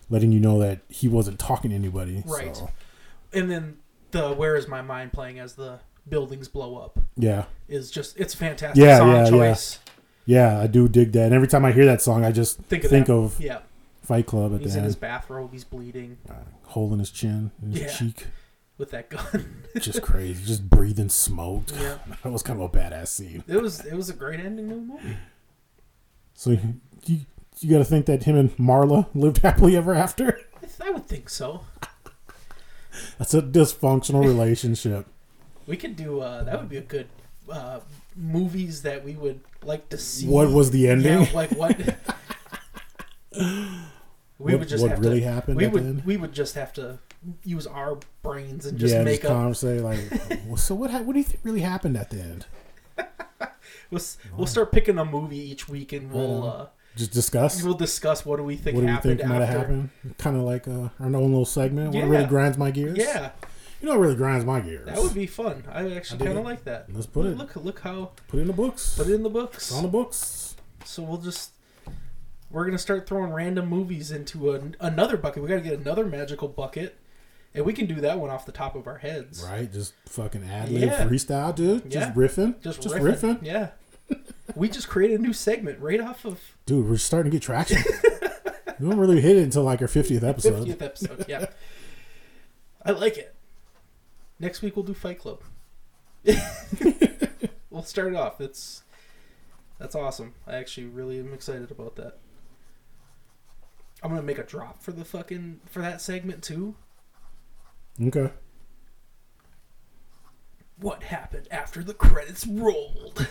G: letting you know that he wasn't talking to anybody.
H: Right.
G: So,
H: and then the "Where Is My Mind" playing as the buildings blow up
G: yeah.
H: is just it's a fantastic
G: Yeah,
H: song
G: yeah, yeah.
H: choice.
G: Yeah, I do dig that. And every time I hear that song, I just think
H: Think
G: of,
H: of that. yeah.
G: Fight Club at the
H: He's in
G: end,
H: his bathrobe. He's bleeding
G: holding his chin and his
H: Yeah.
G: cheek.
H: with that gun. (laughs)
G: Just crazy. just breathing smoke.
H: Yeah.
G: (laughs) that was kind of a badass scene.
H: it was it was a great ending to the movie.
G: So you, you, you got to think that him and Marla lived (laughs) happily ever after.
H: I, th- I would think so.
G: That's a dysfunctional relationship.
H: We could do uh, that. Would be a good uh, movies that we would like to see.
G: What was the ending?
H: Yeah,
G: (laughs)
H: like what? we
G: What-
H: would just
G: what
H: have
G: really
H: to,
G: happened
H: We
G: at the
H: would
G: end?
H: we would just have to use our brains and just
G: yeah,
H: make
G: just
H: up.
G: conversate like, well, so what? Ha- what do you think really happened at the end?
H: We'll, s- we'll start picking a movie each week and we'll uh,
G: Just discuss.
H: we'll discuss what do we think
G: Uh-huh. What do you
H: happened
G: think might have
H: after.
G: happened? Kind of like uh, our own little segment. What
H: Yeah.
G: really grinds my gears?
H: Yeah,
G: you know, what really grinds my gears.
H: that would be fun. I actually
G: I dig
H: kind of
G: it.
H: like that.
G: Let's put it-
H: Look look how
G: put it in the books.
H: put it in the books.
G: on the books.
H: So we'll just we're gonna start throwing random movies into an, another bucket. We gotta get another magical bucket, and we can do that one off the top of our heads.
G: Right, just fucking ad lib
H: Yeah.
G: freestyle, dude. Just
H: Yeah.
G: riffing,
H: Just,
G: just,
H: riffing.
G: riffing.
H: Yeah. we just created a new segment right off of
G: Dude, we're starting to get traction.
H: (laughs)
G: we don't really hit it until like our fiftieth episode.
H: fiftieth episode. Yeah. I like it. Next week we'll do Fight Club. (laughs) we'll start it off. That's that's awesome. I actually really am excited about that. I'm gonna make a drop for the fucking for that segment too. e-
G: Okay,
H: what happened after the
G: (laughs)
H: credits rolled.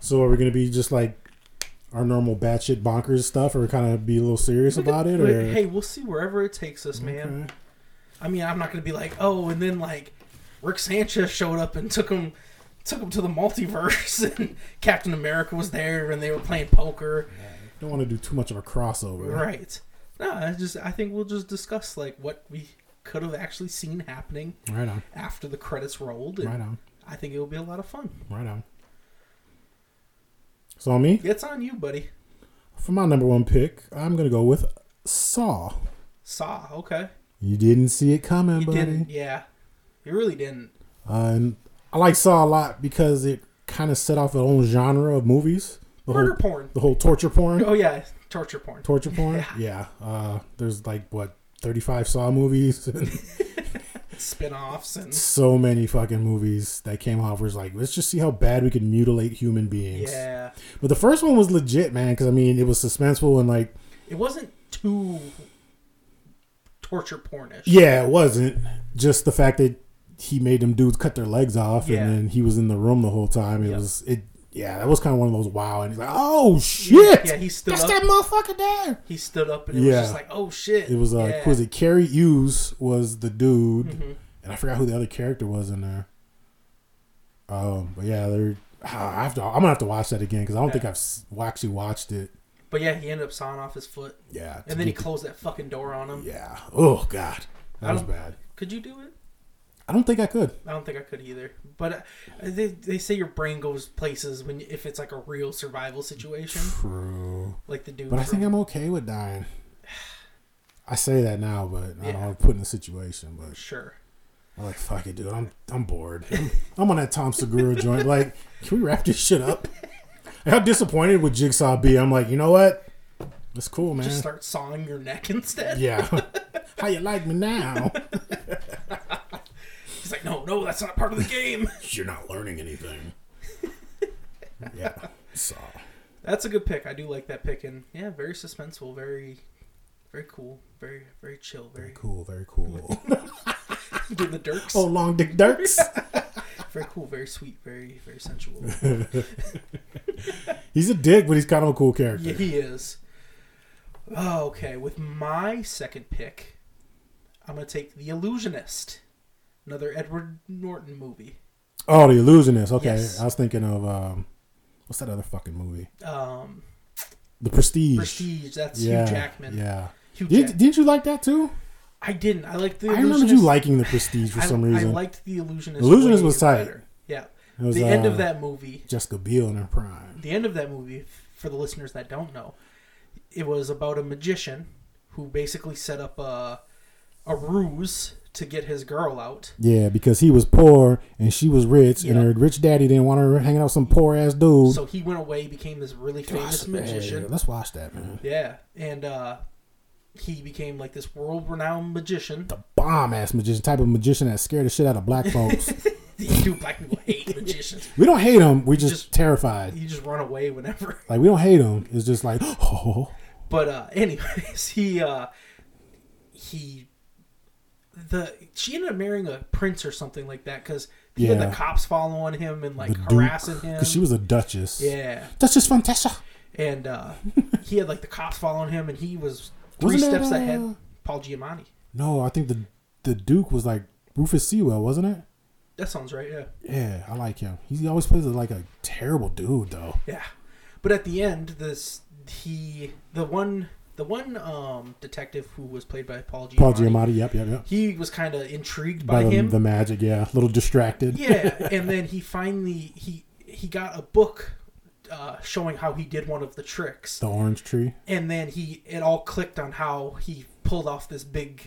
G: so are we gonna be just like our normal batshit bonkers stuff, or kind of be a little serious about it, or
H: hey, we'll see wherever it takes us, man.
G: Okay.
H: I mean, I'm not gonna be like, oh, and then like Rick Sanchez showed up and took him took him to the multiverse, (laughs) and Captain America was there, and they were playing poker,
G: don't want to do too much of a crossover?
H: right? No, I just I think we'll just discuss like what we could have actually seen happening
G: right on,
H: after the credits rolled. And
G: right on,
H: I think it will be a lot of fun.
G: right on. So on me
H: It's on you, buddy.
G: for my number one pick, I'm gonna go with Saw.
H: Saw, okay.
G: You didn't see it coming,
H: You
G: buddy.
H: didn't, yeah. You really didn't.
G: Uh, and I like Saw a lot because it kind of set off its own genre of movies. The
H: Murder
G: whole,
H: porn.
G: The whole torture porn.
H: Oh yeah, torture porn.
G: Torture porn. Yeah. Uh, there's like what 35 Saw movies. (laughs)
H: Spin-offs and
G: so many fucking movies that came off. Where it's like, let's just see how bad we can mutilate human beings.
H: yeah,
G: But the first one was legit, man. Because I mean, it was suspenseful and like,
H: it wasn't too torture pornish.
G: yeah, it wasn't just the fact that he made them dudes cut their legs off
H: Yeah.
G: and then he was in the room the whole time. It
H: Yep.
G: was it. Yeah, that was kind of one of those wow, and he's like, "Oh shit!"
H: Yeah, he stood
G: That's
H: up.
G: that motherfucker there.
H: He stood up and it
G: Yeah.
H: was just like, oh shit.
G: It was uh,
H: yeah.
G: who was it? Carrie Hughes was the dude, and I forgot who the other character was in there. Um, but yeah, they're. ah, I have to. I'm gonna have to watch that again because I don't think I've s- actually watched it.
H: But yeah, he ended up sawing off his foot,
G: Yeah, to
H: and then he
G: get-
H: closed that fucking door on him.
G: Yeah. Oh God, that
H: I
G: was
H: don't-
G: bad.
H: Could you do it?
G: I don't think I could.
H: I don't think I could either. But uh, they they say your brain goes places when if it's like a real survival situation,
G: True.
H: like the dude.
G: But I think
H: from-
G: I'm okay with dying. I say that now, but I don't
H: Yeah.
G: want to put in a situation. But
H: sure.
G: I'm like, fuck it, dude. I'm I'm bored. I'm, I'm on that Tom Segura joint. Like, can we wrap this shit up? How disappointed would Jigsaw be? I'm like, you know what? That's cool, man.
H: Just start sawing your neck (laughs) instead.
G: Eh. yeah. (laughs) How you like me now?
H: He's like, no, no, that's not part of the game.
G: You're not learning anything. yeah. Saw.
H: that's a good pick. I do like that pick, and yeah, very suspenseful, very, very cool, very, very chill, very
G: Cool. Very
H: (laughs)
G: cool.
H: doing (laughs) the dirks.
G: oh, long dick dirks.
H: Very cool, very sweet, very,
G: (laughs)
H: very sensual.
G: He's a dick, but he's kind of a cool character.
H: yeah, he is. Oh, okay, with my second pick, I'm gonna take The Illusionist, another Edward Norton movie.
G: Oh, the illusionist. Okay,
H: Yes.
G: I was thinking of um, what's that other fucking movie?
H: Um,
G: The Prestige.
H: Prestige. That's
G: Yeah,
H: Hugh Jackman.
G: Yeah.
H: Hugh
G: Did,
H: Jack-
G: didn't you like that too?
H: I didn't. I liked the.
G: I remember you
H: Illusionist.
G: liking The Prestige for
H: I-
G: some reason.
H: I liked the illusionist.
G: Illusionist
H: way
G: was tight.
H: Yeah,
G: was,
H: the end
G: uh,
H: of that movie.
G: Jessica Biel in her prime.
H: The end of that movie, for the listeners that don't know, it was about a magician who basically set up a a ruse to get his girl out.
G: Yeah, because he was poor and she was rich,
H: Yeah.
G: and her rich daddy didn't want her hanging out with some poor ass dude.
H: So he went away, became this really famous
G: Hey,
H: magician.
G: let's watch that, man.
H: Yeah, and uh, he became like this world-renowned magician.
G: The bomb ass magician, type of magician that scared the shit out of black folks. (laughs)
H: (laughs) You do black people hate magicians.
G: we don't hate him. We just,
H: Just-
G: terrified.
H: You just run away whenever.
G: Like we don't hate him. It's just like (gasps) oh,
H: But uh (laughs) anyways, he uh he the she ended up marrying a prince or something like that because he had
G: Yeah.
H: the cops following him and like
G: the
H: harassing
G: duke,
H: him.
G: because she was a duchess.
H: yeah,
G: Duchess Fantasia.
H: and uh he had like the cops following him, and he was 3
G: Wasn't that,
H: steps
G: uh,
H: ahead. Paul Giamatti.
G: No, I think the the Duke was like Rufus Sewell, wasn't it?
H: That sounds right. Yeah,
G: Yeah, I like him. He always plays like a terrible dude though.
H: yeah. But at the end, this he the one the one um detective who was played by Paul Giamatti.
G: Paul Giamatti. Yep, yep, yep.
H: He was kind of intrigued
G: By
H: by,
G: the,
H: him.
G: the magic, yeah. A little distracted.
H: yeah and then he finally he he got a book uh, showing how he did one of the tricks
G: The orange tree.
H: and then he it all clicked on how he pulled off this big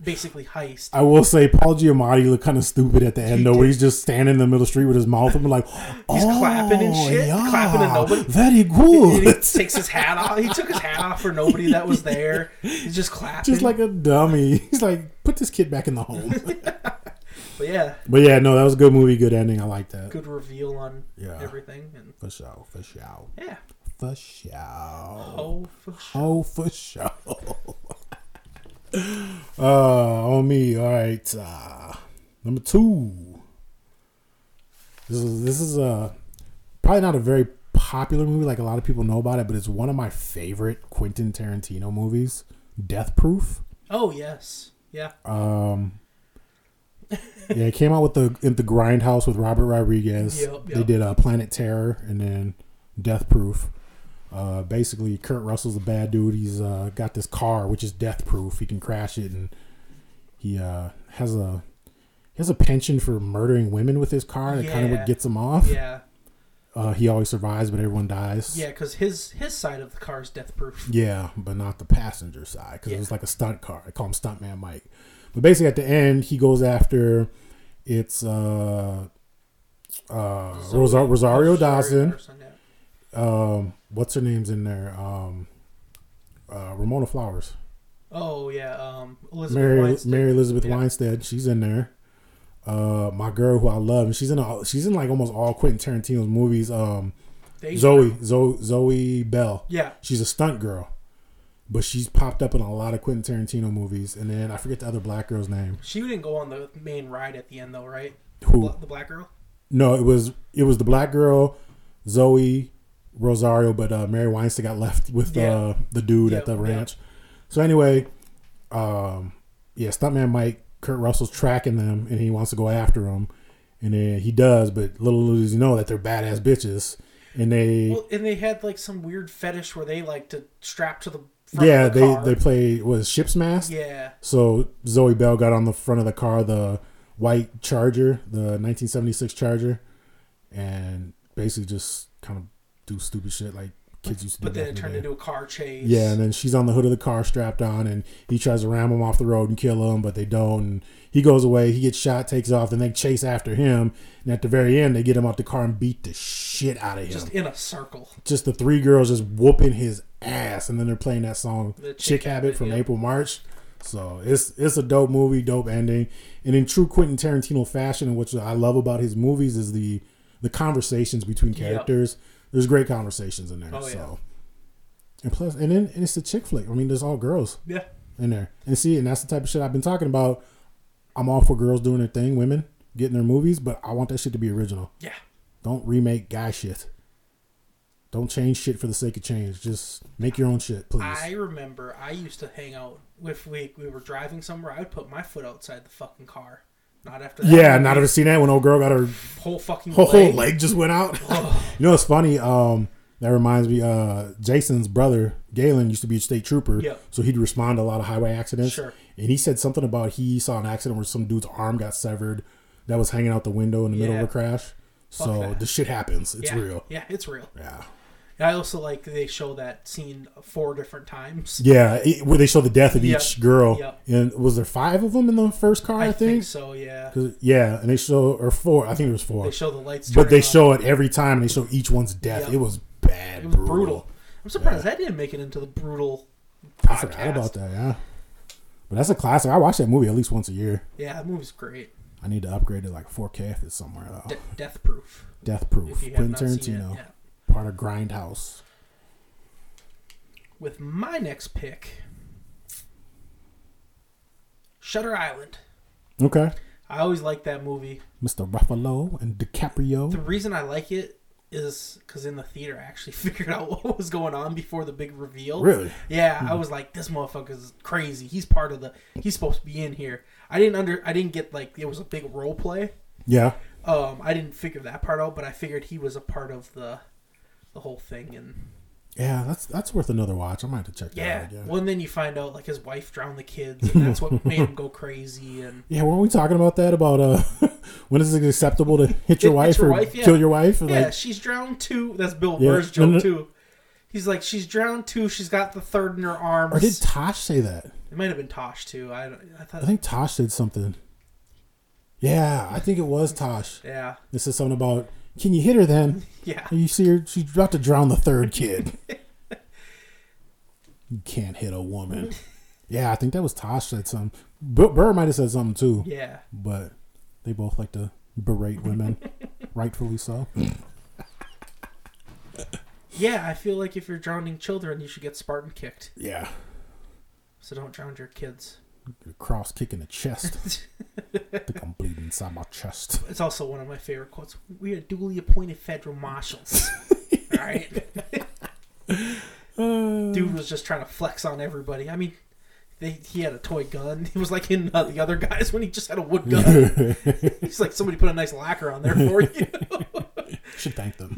H: basically heist
G: I will say Paul Giamatti looked kind of stupid at the end though, when
H: did.
G: he's just standing in the middle of the street with his mouth open,
H: (laughs)
G: like, oh,
H: clapping and shit,
G: yeah,
H: clapping and nobody-
G: very
H: (laughs) And he
G: good. (laughs)
H: takes his hat off he took his hat off for nobody that was there he's just clapping
G: just like a dummy. (laughs) He's like, put this kid back in the home. (laughs)
H: but yeah
G: but yeah, no, that was a good movie, good ending. I like that
H: good reveal on
G: Yeah.
H: everything and
G: for sure, for sure,
H: yeah
G: for sure.
H: oh for sure.
G: Oh, for sure. uh, on me. All right. Uh, number two. This is this is a probably not a very popular movie. Like a lot of people know about it, but it's one of my favorite Quentin Tarantino movies. Death Proof.
H: oh yes yeah
G: Yeah, it came out with the in the Grindhouse with Robert Rodriguez.
H: Yep,
G: They
H: yep.
G: did uh, Planet Terror and then Death Proof. Uh, basically, Kurt Russell's a bad dude. He's uh, got this car which is death proof. He can crash it, and he uh, has a he has a penchant for murdering women with his car. That kind of
H: Yeah.
G: what gets him off.
H: yeah
G: Uh, he always survives, but everyone dies.
H: yeah because his his side of the car is death proof
G: Yeah, but not the passenger side because it
H: Yeah.
G: was like a stunt car. I call him Stuntman Mike. But basically, at the end, he goes after it's uh, uh, Rosa- Rosario Dawson. Um,
H: Dawson, yeah.
G: What's her name's in there? Um, uh, Ramona Flowers,
H: Oh yeah, um, Elizabeth
G: Mary
H: Weinstein.
G: Mary Elizabeth
H: Yeah.
G: Weinstead. She's in there. Uh, my girl who I love, and she's in all, she's in like almost all Quentin Tarantino's movies. Um,
H: They-
G: Zoe, Zoe, Zoe Bell.
H: Yeah.
G: she's a stunt girl, but she's popped up in a lot of Quentin Tarantino movies. And then I forget the other black girl's name.
H: She didn't go on the main ride at the end though, right?
G: Who?
H: Bla- the black girl?
G: No, it was it was the black girl, Zoe Rosario, but uh, Mary Weinstein got left with uh,
H: Yeah.
G: the dude
H: Yeah,
G: at the
H: yeah.
G: ranch. So anyway, um, yeah, stuntman Mike Kurt Russell's tracking them, and he wants to go after them, and then he does, but little does he know that they're badass bitches, and they
H: Well, and they had like some weird fetish where they like to strap to the front
G: yeah
H: of the
G: they
H: car.
G: they play was ship's mask
H: yeah
G: So Zoe Bell got on the front of the car, the white Charger, the 1976 Charger, and basically just kind of do stupid shit like kids used to do.
H: But
G: back
H: then
G: in
H: it
G: the
H: turned
G: day.
H: into a car chase.
G: Yeah, and then she's on the hood of the car strapped on, and he tries to ram him off the road and kill him, but they don't. And he goes away, he gets shot, takes off, and they chase after him. And at the very end, they get him out the car and beat the shit out of him.
H: just
G: Just,
H: in a circle.
G: the three girls just whooping his ass, and then they're playing that song
H: The
G: Chick,
H: Chick
G: Habit
H: Habit,
G: from
H: yeah.
G: April March. So it's it's a dope movie, dope ending, and in true Quentin Tarantino fashion, and what I love about his movies is the the conversations between characters. There's great conversations in there.
H: Oh, yeah.
G: so. And plus, and then and it's the chick flick. I mean, there's all girls
H: Yeah.
G: in there. And see, and that's the type of shit I've been talking about. I'm all for girls doing their thing, women getting their movies, but I want that shit to be original.
H: Yeah.
G: Don't remake guy shit. Don't change shit for the sake of change. Just make your own shit, please.
H: I remember I used to hang out if we we were driving somewhere. I would put my foot outside the fucking car. Not after that.
G: yeah, not ever seen that when old girl got
H: (laughs)
G: her
H: whole fucking
G: whole, whole
H: leg.
G: leg just went
H: (laughs)
G: out. (laughs) you know, it's funny. Um, that reminds me. Uh, Jason's brother Galen used to be a state trooper,
H: Yep.
G: so he'd respond to a lot of highway accidents.
H: Sure.
G: And he said something about he saw an accident where some dude's arm got severed that was hanging out the window in the middle of
H: Yeah.
G: a crash. So
H: that.
G: the shit happens. It's
H: yeah.
G: real.
H: Yeah, it's real.
G: Yeah.
H: And I also like they show that scene four different times.
G: Yeah, it- where they show the death of
H: Yep.
G: each girl,
H: Yep.
G: and was there five of them in the first car? I,
H: I, think
G: think.
H: so. Yeah,
G: 'Cause- Yeah, and they show or four. I think there was four.
H: they show the lights.
G: but they
H: turning on.
G: show it every time. and They show each one's death.
H: Yep.
G: It was bad.
H: it was brutal.
G: brutal.
H: I'm surprised that didn't make it into the brutal.
G: I forgot about that. Yeah, but that's a classic. I watch that movie at least once a year.
H: Yeah, that movie's great.
G: I need to upgrade to like 4K if it's somewhere though.
H: De- Death Proof.
G: Death
H: If
G: Proof,
H: you have
G: Quentin
H: not seen it,
G: Tarantino,
H: yeah.
G: part of Grindhouse.
H: With my next pick, Shutter Island.
G: Okay,
H: I always liked that movie.
G: Mr. Ruffalo and DiCaprio.
H: The reason I like it is because in the theater I actually (laughs) figured out what was going on before the big reveal.
G: Really?
H: Yeah,
G: Hmm.
H: I was like, this motherfucker's crazy. He's part of the. He's supposed to be in here. I didn't under. I didn't get like it was a big role play.
G: Yeah,
H: Um, I didn't figure that part out, but I figured he was a part of the, the whole thing. And
G: yeah, that's that's worth another watch. I might have to check that
H: yeah,
G: out again.
H: well, and then you find out like his wife drowned the kids, and
G: (laughs)
H: that's what made him go crazy. And
G: Yeah, weren't we talking about that? About uh, (laughs) when is it acceptable to hit your
H: Hit
G: wife
H: your
G: or
H: wife, yeah.
G: kill your wife? Or,
H: Yeah,
G: like,
H: she's drowned too. That's Bill
G: Yeah,
H: Burr's
G: no,
H: joke
G: no.
H: too. He's like, she's drowned too. She's got the third in her arms.
G: or did Tosh say that?
H: it might have been Tosh too. I, don't- I thought.
G: I think Tosh said something. Yeah, I think it was Tosh. (laughs)
H: yeah,
G: This is something about can you hit her then?
H: yeah.
G: And you see her, she's about to drown the third
H: (laughs)
G: kid. you can't hit a woman. Yeah, I think that was Tosh said something. Bill Burr might have said something too.
H: Yeah.
G: But they both like to berate
H: (laughs)
G: women, rightfully so.
H: Yeah, I feel like if you're drowning children, you should get Spartan kicked.
G: Yeah.
H: So don't drown your kids.
G: Cross kick in the
H: (laughs)
G: chest. I think I'm bleeding inside my chest. (laughs)
H: It's also one of my favorite quotes. We are duly appointed federal marshals. All right. Dude was just trying to flex on everybody. I mean, they, he had a toy gun. (laughs) He was like in uh, the other guys when he just had a wood gun. He's like somebody put a nice lacquer on there for you. (laughs)
G: Should thank them.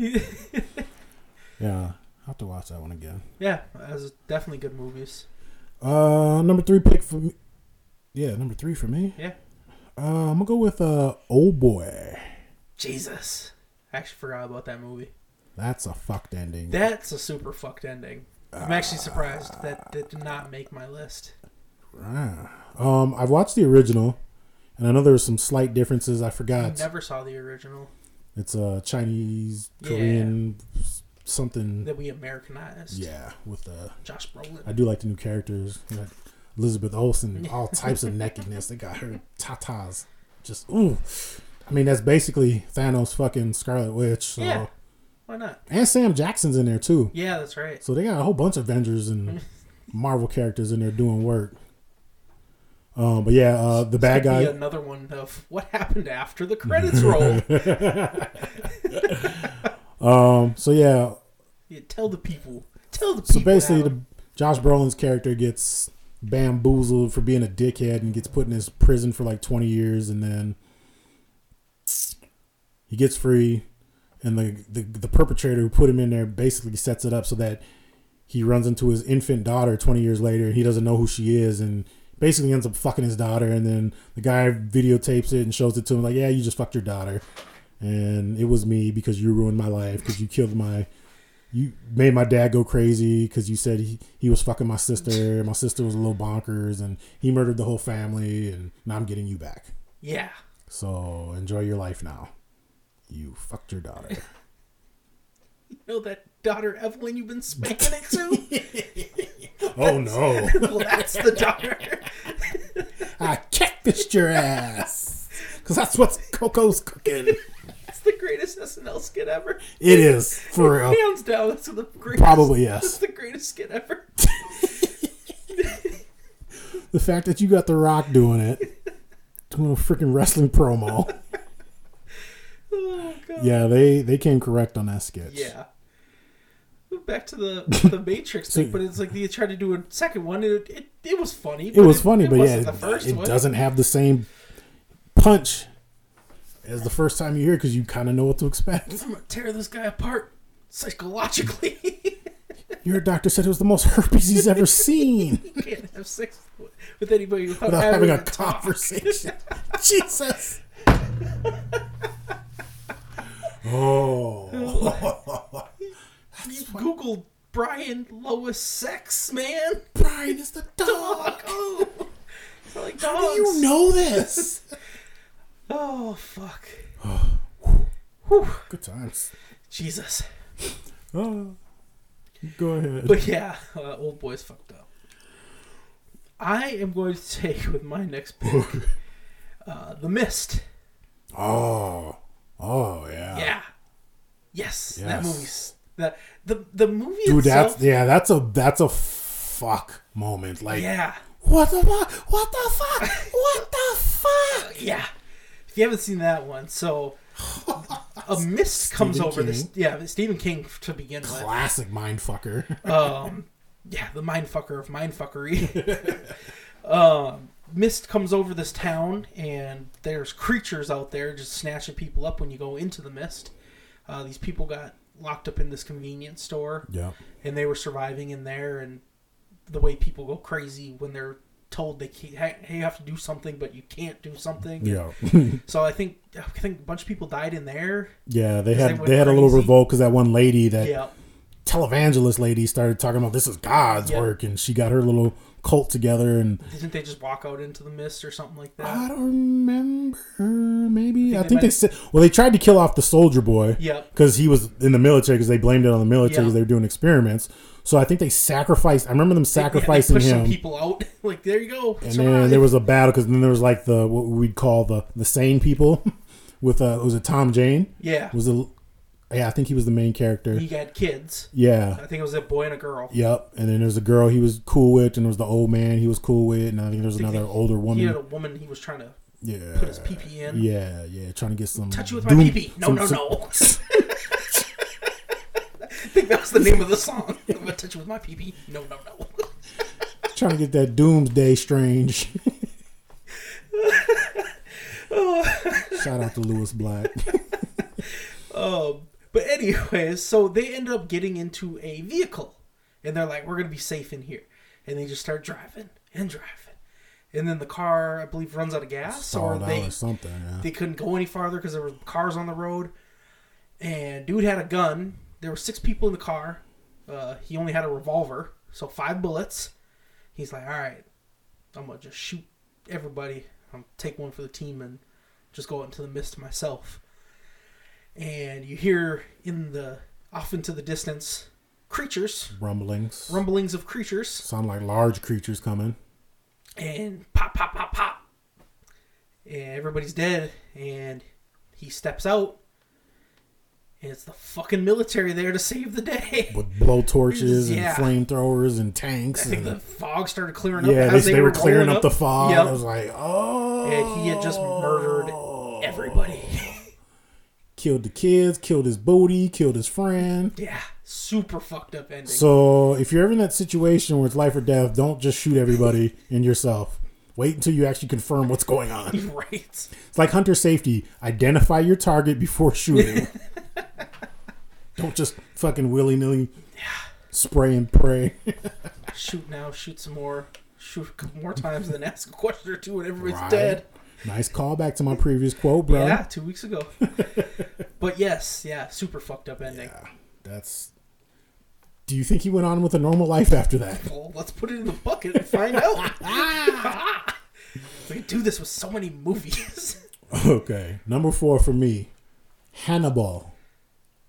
G: yeah. I'll have to watch that one again.
H: yeah, that was definitely good movies.
G: Uh, number three pick for me. Yeah, number three for me.
H: Yeah.
G: Uh, I'm gonna go with uh, Old Boy.
H: Jesus, I actually forgot about that movie.
G: That's a fucked ending.
H: That's a super fucked ending. I'm
G: Ah.
H: actually surprised that that did not make my list.
G: Um, I've watched the original, and I know there were some slight differences. I forgot.
H: Never saw the original
G: It's uh, Chinese,
H: Yeah.
G: Korean, s- something.
H: that we Americanized.
G: Yeah, with uh,
H: Josh Brolin.
G: I do like the new characters. Like Elizabeth Olsen,
H: (laughs)
G: all types of nakedness. They got her tatas. Just ooh. I mean, that's basically Thanos fucking Scarlet Witch. So.
H: Yeah. Why not?
G: And Sam Jackson's in there too.
H: Yeah, that's right.
G: So they got a whole bunch of Avengers
H: (laughs)
G: and Marvel characters in there doing work. Um, but yeah, uh, the bad
H: Be
G: guy.
H: another one of what happened after
G: (laughs)
H: the credits roll.
G: So yeah,
H: you tell the people. Tell the people.
G: so basically,
H: how-
G: the Josh Brolin's character gets bamboozled for being a dickhead and gets put in his prison for like twenty years, and then he gets free. And the, the the perpetrator who put him in there basically sets it up so that he runs into his infant daughter 20 years later and he doesn't know who she is and basically ends up fucking his daughter and then the guy videotapes it and shows it to him like yeah you just fucked your daughter and it was me because you ruined my life because you killed my you made my dad go crazy because you said he, he was fucking my sister. My sister was a little bonkers, and he murdered the whole family. And now I'm getting you back.
H: Yeah.
G: So enjoy your life now. You fucked your daughter.
H: No, that daughter Evelyn you've been spanking it to?
G: (laughs) oh no!
H: (laughs) well, that's the daughter.
G: I catfished your ass because that's what Coco's cooking.
H: It's the greatest SNL skit ever.
G: It is for real.
H: Hands down, that's the greatest.
G: Oh. Probably yes.
H: That's the greatest skit ever. (laughs)
G: The fact that you got The Rock doing it, doing a freaking wrestling promo.
H: Oh, God.
G: Yeah, they they came correct on that sketch.
H: Yeah. Back
G: (laughs)
H: to the the Matrix thing, but it's like they tried to do a second one. It it, it was funny.
G: it was funny, but yeah,
H: wasn't
G: it,
H: the first
G: it
H: one.
G: doesn't have the same punch as the first time you hear because you kind of know what to expect. (laughs)
H: I'm gonna tear this guy apart psychologically. (laughs) you
G: Your doctor said it was the most (laughs) herpes he's ever seen
H: can't have sex with anybody without,
G: without having a
H: talk.
G: conversation. Jesus. Oh,
H: You Googled Brian Lois
G: (laughs)
H: sex, man.
G: Brian is the dog.
H: Oh, It's like dogs.
G: How do you know this?
H: Oh fuck,
G: Good times.
H: Jesus.
G: Oh, go ahead.
H: But yeah, (laughs) uh, old boy's fucked up. I am going to take with my next
G: (laughs)
H: pick, uh, The Mist.
G: Oh, oh yeah.
H: Yeah. Yes, that
G: Yes.
H: movie's the the the movie
G: Dude,
H: itself.
G: that's yeah. That's a that's a fuck moment. Like
H: yeah,
G: what the fuck? What the fuck? What the fuck?
H: yeah. If you haven't seen that one, so
G: (laughs)
H: a mist comes
G: Stephen
H: over this.
G: King.
H: Yeah, Stephen King to begin with.
G: Classic mindfucker.
H: (laughs) yeah, the mindfucker of mindfuckery. (laughs) um, mist comes over this town, and there's creatures out there just snatching people up when you go into the mist. Uh, these people got locked up in this convenience store,
G: yeah.
H: and they were surviving in there. And the way people go crazy when they're told they can't, hey, you have to do something, but you can't do something.
G: Yeah.
H: (laughs) So I think I think a bunch of people died in there.
G: yeah. They
H: they
G: had
H: went
G: they, had a little
H: crazy.
G: revolt because that one lady that
H: Yeah,
G: televangelist lady started talking about this is God's
H: Yeah.
G: work and she got her little cult together and
H: didn't they just walk out into the mist or something like that?
G: I don't remember. Maybe I think,
H: might-
G: they said. Well, they tried to kill off the soldier boy.
H: Yep.
G: Because he was in the military. Because they blamed it on the military. 'cause
H: Yeah.
G: they were doing experiments. So I think they sacrificed. I remember them sacrificing
H: yeah, they pushed
G: him.
H: some people out. (laughs) like there you go.
G: and
H: survive.
G: then there was a battle. Because then there was like the what we'd call the the sane people. (laughs) with uh, was it Tom Jane?
H: Yeah.
G: Was it? Yeah, I think he was the main character.
H: he had kids.
G: yeah.
H: I think it was a boy and a girl.
G: Yep. And then there was a girl he was cool with, and there was the old man he was cool with, and I think there was another older
H: He had a
G: woman.
H: woman he was trying to
G: Yeah.
H: put his PP in.
G: Yeah, yeah, trying to get some
H: Touch you with
G: doom-
H: my PP. No,
G: some-
H: no,
G: some-
H: no. (laughs) I think that was the name of
G: (laughs)
H: the song. I'm gonna touch you with my PP. No, no, no.
G: (laughs)
H: (laughs)
G: trying to get that doomsday strange. (laughs) Shout out to Lewis
H: (laughs)
G: Black.
H: Um, But anyways, so they end up getting into a vehicle, and they're like, "We're gonna be safe in here," and they just start driving and driving, and then the car, I believe, runs out of gas, or
G: Stalled out
H: they
G: or something. Yeah.
H: they couldn't go any farther because there were cars on the road and dude had a gun there were six people in the car uh, he only had a revolver so five bullets he's like all right i'm gonna just shoot everybody i'm take one for the team and just go out into the mist myself and you hear in the off into the distance creatures
G: Rumblings.
H: rumblings of creatures
G: Sound like large creatures coming.
H: and pop, pop, pop, pop. And everybody's dead. And he steps out. And it's the fucking military there to save the day. (laughs)
G: With blow torches and
H: Yeah.
G: flamethrowers and
H: (laughs)
G: tanks.
H: I think
G: And,
H: the fog started clearing (laughs) up.
G: yeah, they,
H: as
G: they, were clearing
H: rolling
G: up the fog.
H: Yep.
G: I was like, oh.
H: and he had just murdered everybody.
G: Killed the kids, killed his booty, killed his friend.
H: (laughs) yeah, super fucked up ending.
G: So if you're ever in that situation where it's life or death, don't just shoot
H: (laughs)
G: everybody and yourself. Wait until you actually confirm what's going on.
H: (laughs) right.
G: It's like hunter safety. Identify your target before
H: (laughs)
G: shooting. don't just fucking willy nilly spray and pray.
H: Shoot now, shoot some more. Shoot a couple more times, and then ask a question or two, and everybody's
G: Right.
H: dead.
G: Nice callback to my previous quote, bro.
H: Yeah,
G: (laughs)
H: two weeks ago. but yes, yeah, super fucked up ending.
G: That's Do you think he went on with a normal life after that? (laughs)
H: Well, let's put it in the bucket and find out. we do this with so many movies. (laughs)
G: Okay. Number four for me, Hannibal.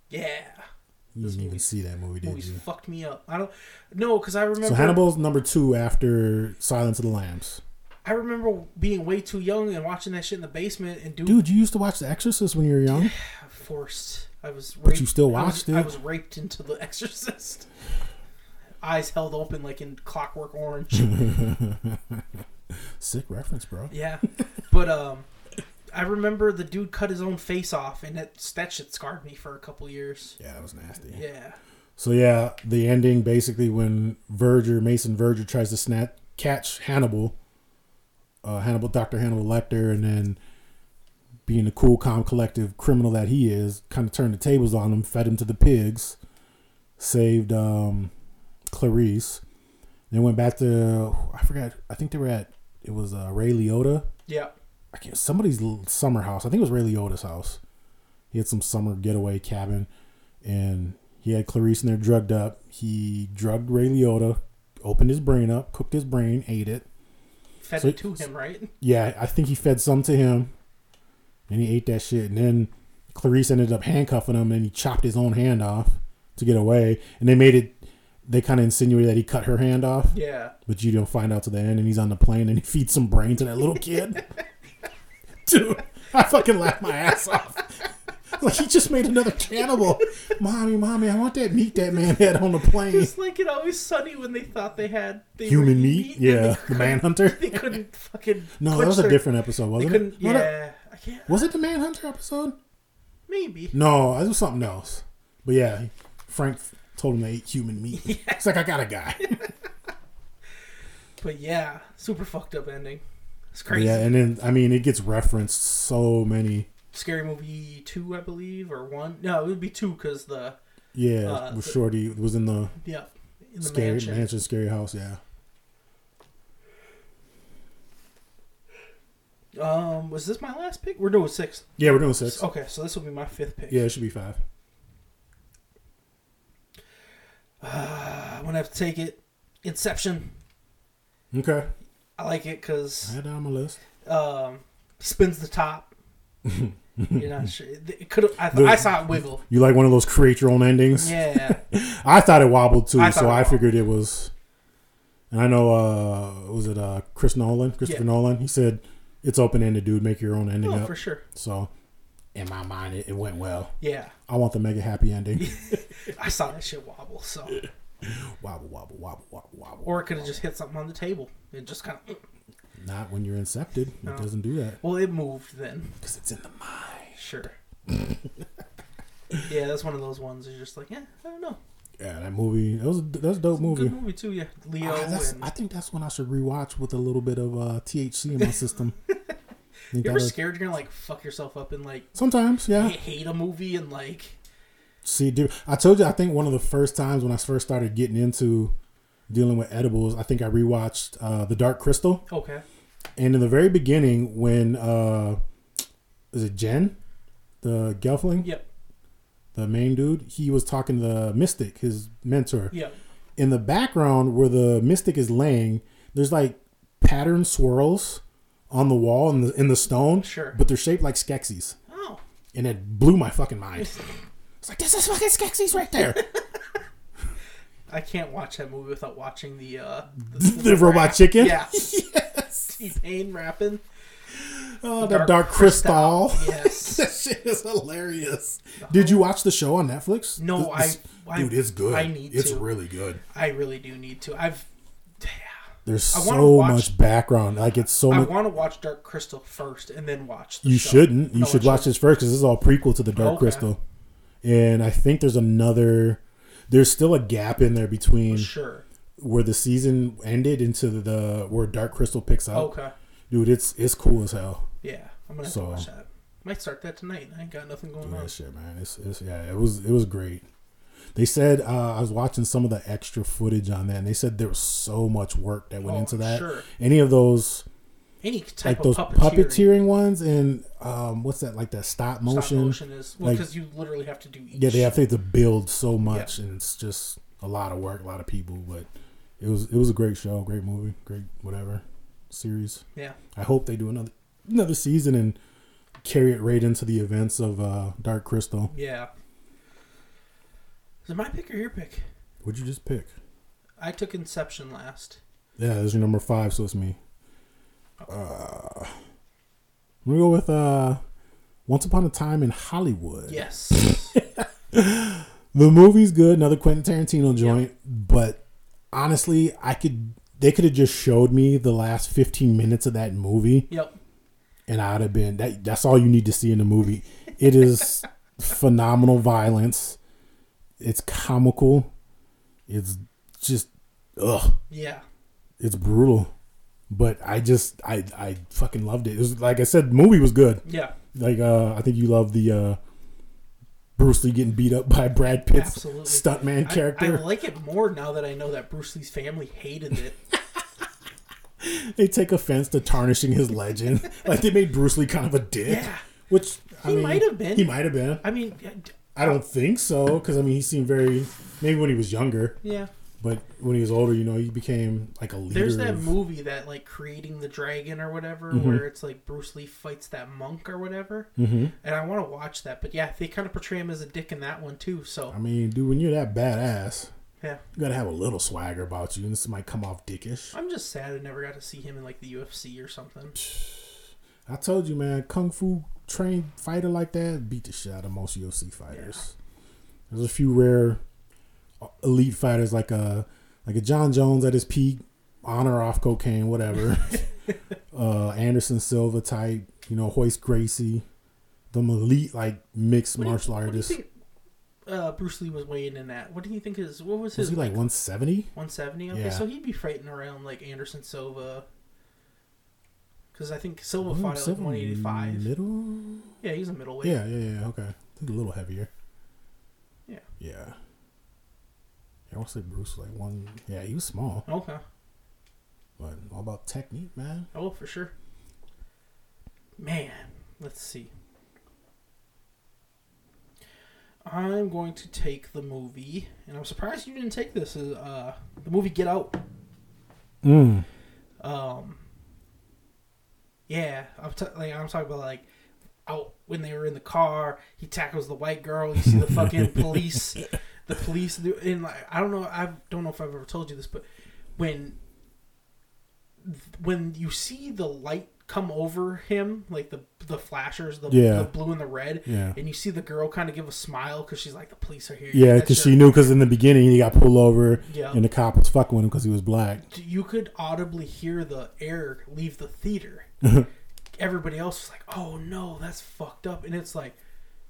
H: yeah,
G: You didn't even see that movie, did
H: movies
G: you?
H: fucked me up. I don't no, because I remember
G: So Hannibal's number two after Silence of the Lambs.
H: I remember being way too young and watching that shit in the basement and dude,
G: Dude, you used to watch The Exorcist when you were young.
H: forced. I was raped.
G: you still
H: I was-
G: watched it?
H: I was raped into The Exorcist. Eyes held open like in
G: (laughs)
H: Clockwork Orange.
G: Sick reference, bro.
H: Yeah, but um, I remember the dude cut his own face off, and that that shit scarred me for a couple years.
G: Yeah, that was nasty.
H: Yeah,
G: So yeah, the ending basically when Verger, Mason Verger tries to snatch catch Hannibal, uh, Hannibal, Doctor Hannibal Lecter, and then being the cool, calm, collective criminal that he is, kind of turned the tables on him, fed him to the pigs, saved um, Clarice, then went back to I forgot. I think they were at it was uh, Ray Liotta.
H: yeah.
G: I can't somebody's l- summer house. I think it was Ray Liotta's house. He had some summer getaway cabin, and he had Clarice in there drugged up. He drugged Ray Liotta, opened his brain up, cooked his brain, ate it.
H: Fed
G: So-
H: it to him, right?
G: Yeah, I think he fed some to him, and he ate that shit. And then Clarice ended up handcuffing him, and he chopped his own hand off to get away. And they made it. They kind of insinuated that he cut her hand off, (laughs)
H: Yeah.
G: but you don't find out to the end. And he's on the plane, and he feeds some brain to that little
H: (laughs)
G: kid. Dude, I fucking laughed my ass off. Like he just made another cannibal. mommy, mommy, I want that meat that man had on the plane.
H: It's like in Always Sunny when they thought they had they were
G: Human
H: eating
G: meat,
H: and they
G: yeah, (laughs) the
H: couldn't-
G: manhunter.
H: (laughs) They couldn't fucking.
G: (laughs) No,
H: punch
G: that was a
H: their-
G: different episode,
H: They
G: wasn't it?
H: couldn't.
G: No, that-
H: Yeah, I can't.
G: Was it the Manhunter episode?
H: Maybe.
G: No, it was something else. But yeah, Frank told him to eat human
H: (laughs)
G: meat. It's like I got a guy.
H: But yeah, super fucked up ending. It's
G: But
H: (laughs) crazy.
G: yeah, and then I mean it gets referenced so many.
H: Scary movie two, I believe, or one. No, it would be two because the
G: Yeah,
H: Uh,
G: with Shorty was in the,
H: yeah in the
G: scary mansion.
H: mansion.
G: scary house. Yeah,
H: Um, was this my last pick? We're doing six.
G: yeah, we're doing six.
H: Okay, so this will be my fifth pick.
G: Yeah, it should be five.
H: Uh, I'm gonna have to take it. Inception.
G: Okay,
H: I like it
G: I
H: because
G: had that on my list.
H: um, spins the top. you
G: (laughs)
H: know, sh- it could. I, th-
G: The-
H: I saw it wiggle.
G: You like one of those create your own endings? (laughs)
H: Yeah,
G: I thought it wobbled too,
H: I thought
G: so
H: it
G: I
H: wobbled.
G: figured it was. And I know, uh was it uh Chris Nolan, Christopher
H: Yeah.
G: Nolan? He said, "It's open ended, dude. Make your own ending
H: oh,
G: up."
H: for sure.
G: So, in my mind, it, it went well.
H: Yeah,
G: I want the mega happy
H: (laughs)
G: ending.
H: I saw that shit wobble. So,
G: wobble, wobble, wobble, wobble, wobble.
H: or it could have just hit something on the table. It just kind of.
G: Not when you're incepted. It doesn't do that
H: Well, it moved then.
G: because it's in the mind.
H: Sure. yeah, that's one of those ones. You're just like, yeah, I don't know.
G: Yeah, that movie. That was that was a dope movie.
H: Good movie too. Yeah, Leo
G: Ah, that's-
H: and.
G: I think that's one I should rewatch with a little bit of uh, THC in my
H: (laughs)
G: system. I think
H: you
G: that'll-
H: ever scared you're gonna like fuck yourself up and
G: (gasps)
H: like
G: Sometimes, yeah.
H: hate a movie and like
G: See, dude, I told you. I think one of the first times when I first started getting into dealing with edibles, I think I rewatched uh, The Dark Crystal.
H: okay
G: And in the very beginning, when uh, is it Jen, the Gelfling,
H: yep
G: the main dude, he was talking to the Mystic, his mentor.
H: yep
G: In the background, where the Mystic is laying, there's like pattern swirls on the wall in the in the stone.
H: Sure.
G: But they're shaped like Skeksis,
H: oh
G: and it blew my fucking mind. It's like this is fucking Skeksis right there.
H: i can't watch that movie without watching the uh the,
G: (laughs) the robot chicken. (laughs)
H: yeah (laughs) t-pain rapping
G: Oh, the
H: Dark
G: Dark, (laughs) Crystal.
H: yes
G: that shit is hilarious. Did you watch the show on Netflix?
H: No, I-
G: It's-
H: I-
G: dude, it's good.
H: I need
G: It's
H: to.
G: really good.
H: i really do need to i've yeah.
G: There's
H: I wanna
G: so
H: watch-
G: much background. Like it's so
H: i
G: much.
H: want to watch dark crystal first and then watch the
G: You
H: show.
G: shouldn't. You
H: No, I
G: should watch
H: shouldn't.
G: this first because this is all prequel to the Dark
H: Okay.
G: Crystal. And I think there's another. There's still a gap in there between
H: sure
G: where the season ended into the where Dark Crystal picks up.
H: okay
G: Dude, it's it's cool as hell.
H: yeah i'm gonna have
G: So-
H: to watch that might start that tonight i ain't got nothing going
G: Yeah,
H: on
G: shit, man. It's, it's yeah, it was it was great. They said uh, I was watching some of the extra footage on that, and they said there was so much work that went
H: Oh,
G: into that.
H: sure.
G: Any of those
H: any type
G: like those
H: of
G: puppeteering,
H: puppeteering,
G: ones, and um, what's that like that stop motion?
H: stop motion is well
G: like-
H: because you literally have to do each
G: Yeah, they have to build so much, and it's just a lot of work, a lot of people, but it was it was a great show, great movie, great whatever series.
H: Yeah.
G: I hope they do another another season and carry it right into the events of uh, Dark Crystal.
H: Yeah. Is it my pick or your pick?
G: What'd you just pick?
H: I took Inception last.
G: Yeah, this is your number five, so it's me. Uh, we go with uh, Once Upon a Time in Hollywood.
H: Yes.
G: The movie's good, another Quentin Tarantino joint, but honestly, I could they could have just showed me the last 15 minutes of that movie
H: (laughs) yep.
G: and I'd have been that that's all you need to see in the movie. It is (laughs) phenomenal violence. It's comical. It's just ugh,
H: Yeah.
G: it's brutal. But I just I I fucking loved it. It was like I said, the movie was good
H: Yeah.
G: like uh I think you love the uh Bruce Lee getting beat up by Brad Pitt's
H: Absolutely.
G: stuntman
H: I-
G: character.
H: I, like it more now that I know that Bruce Lee's family hated it.
G: they take offense to tarnishing his
H: (laughs)
G: legend. like they made Bruce Lee kind of a dick.
H: Yeah.
G: Which I
H: He
G: mean,
H: might have been.
G: He might have been.
H: I mean, yeah, d-
G: I don't think so because I mean he seemed very maybe when he was younger,
H: yeah.
G: but when he was older, you know, he became like a leader.
H: There's that
G: of-
H: movie that like creating the dragon or whatever,
G: Mm-hmm.
H: where it's like Bruce Lee fights that monk or whatever, mm-hmm. and I want to watch that. But yeah, they kind of portray him as a dick in that one too. So
G: I mean, dude, when you're that badass,
H: yeah,
G: you gotta have a little swagger about you, and this might come off dickish.
H: I'm just sad I never got to see him in like the UFC or something.
G: I told you, man, kung fu trained fighter like that beat the shit out of most UFC fighters. There's a few rare uh, elite fighters like a like a John Jones at his peak, on or off cocaine,
H: (laughs)
G: whatever. uh, Anderson Silva type, you know, Hoist Gracie, the elite like mixed martial
H: What do you
G: artists.
H: think, uh, Bruce Lee was weighing in at? What do you think his? What was
G: Was
H: his?
G: he like 170?
H: 170. Okay,
G: Yeah.
H: so he'd be fighting around like Anderson Silva. Because I think Silva
G: Wasn't
H: fought at like
G: Silva
H: 185.
G: Middle?
H: yeah, he's a middleweight.
G: Yeah, yeah, yeah. Okay, I think a little heavier.
H: Yeah.
G: Yeah. I want to say Bruce was like one. Yeah, he was small.
H: Okay.
G: But all about technique, man.
H: Oh, for sure. Man, let's see. I'm going to take the movie, and I'm surprised you didn't take this. is, Uh, the movie Get Out. Um. Yeah, I'm t- like I'm talking about like out when they were in the car. He tackles the white girl. You see the fucking police. The police do, and like I don't know. I don't know if I've ever told you this, but when when you see the light come over him, like the the flashers, the,
G: Yeah.
H: the blue and the red,
G: Yeah.
H: and you see the girl kind of give a smile because she's like, the police are here.
G: Yeah,
H: That
G: because
H: shit-
G: she knew. Because in the beginning, he got pulled over,
H: Yeah.
G: and the cop was fucking with him because he was black.
H: you could audibly hear the air leave the theater.
G: (laughs)
H: Everybody else was like, "Oh no, that's fucked up," and it's like,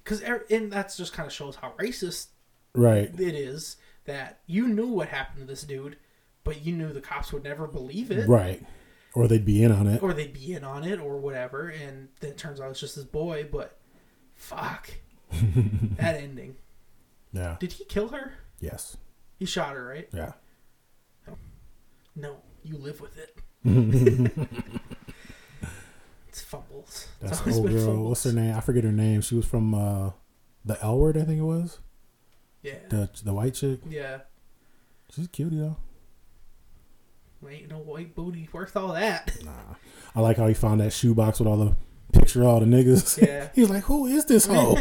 H: because and that's just kind of shows how racist
G: Right.
H: it is that you knew what happened to this dude, but you knew the cops would never believe it,
G: Right. Or they'd be in on it.
H: or they'd be in on it, or whatever. And then it turns out it's just his boy, but
G: (laughs)
H: fuck that ending.
G: Yeah.
H: Did he kill her?
G: Yes.
H: He shot her, right?
G: Yeah.
H: No, you live with it. it's fumbles. It's
G: That's the
H: always
G: old
H: been
G: girl.
H: fumbles.
G: What's her name? I forget her name. She was from uh, the L word, I think it was.
H: Yeah.
G: The the white chick.
H: Yeah.
G: She's cute, though.
H: Well, Ain't no white booty worth all that. (laughs)
G: I like how he found that shoebox with all the picture of all the niggas.
H: Yeah.
G: (laughs) he was like, "Who is this hoe?"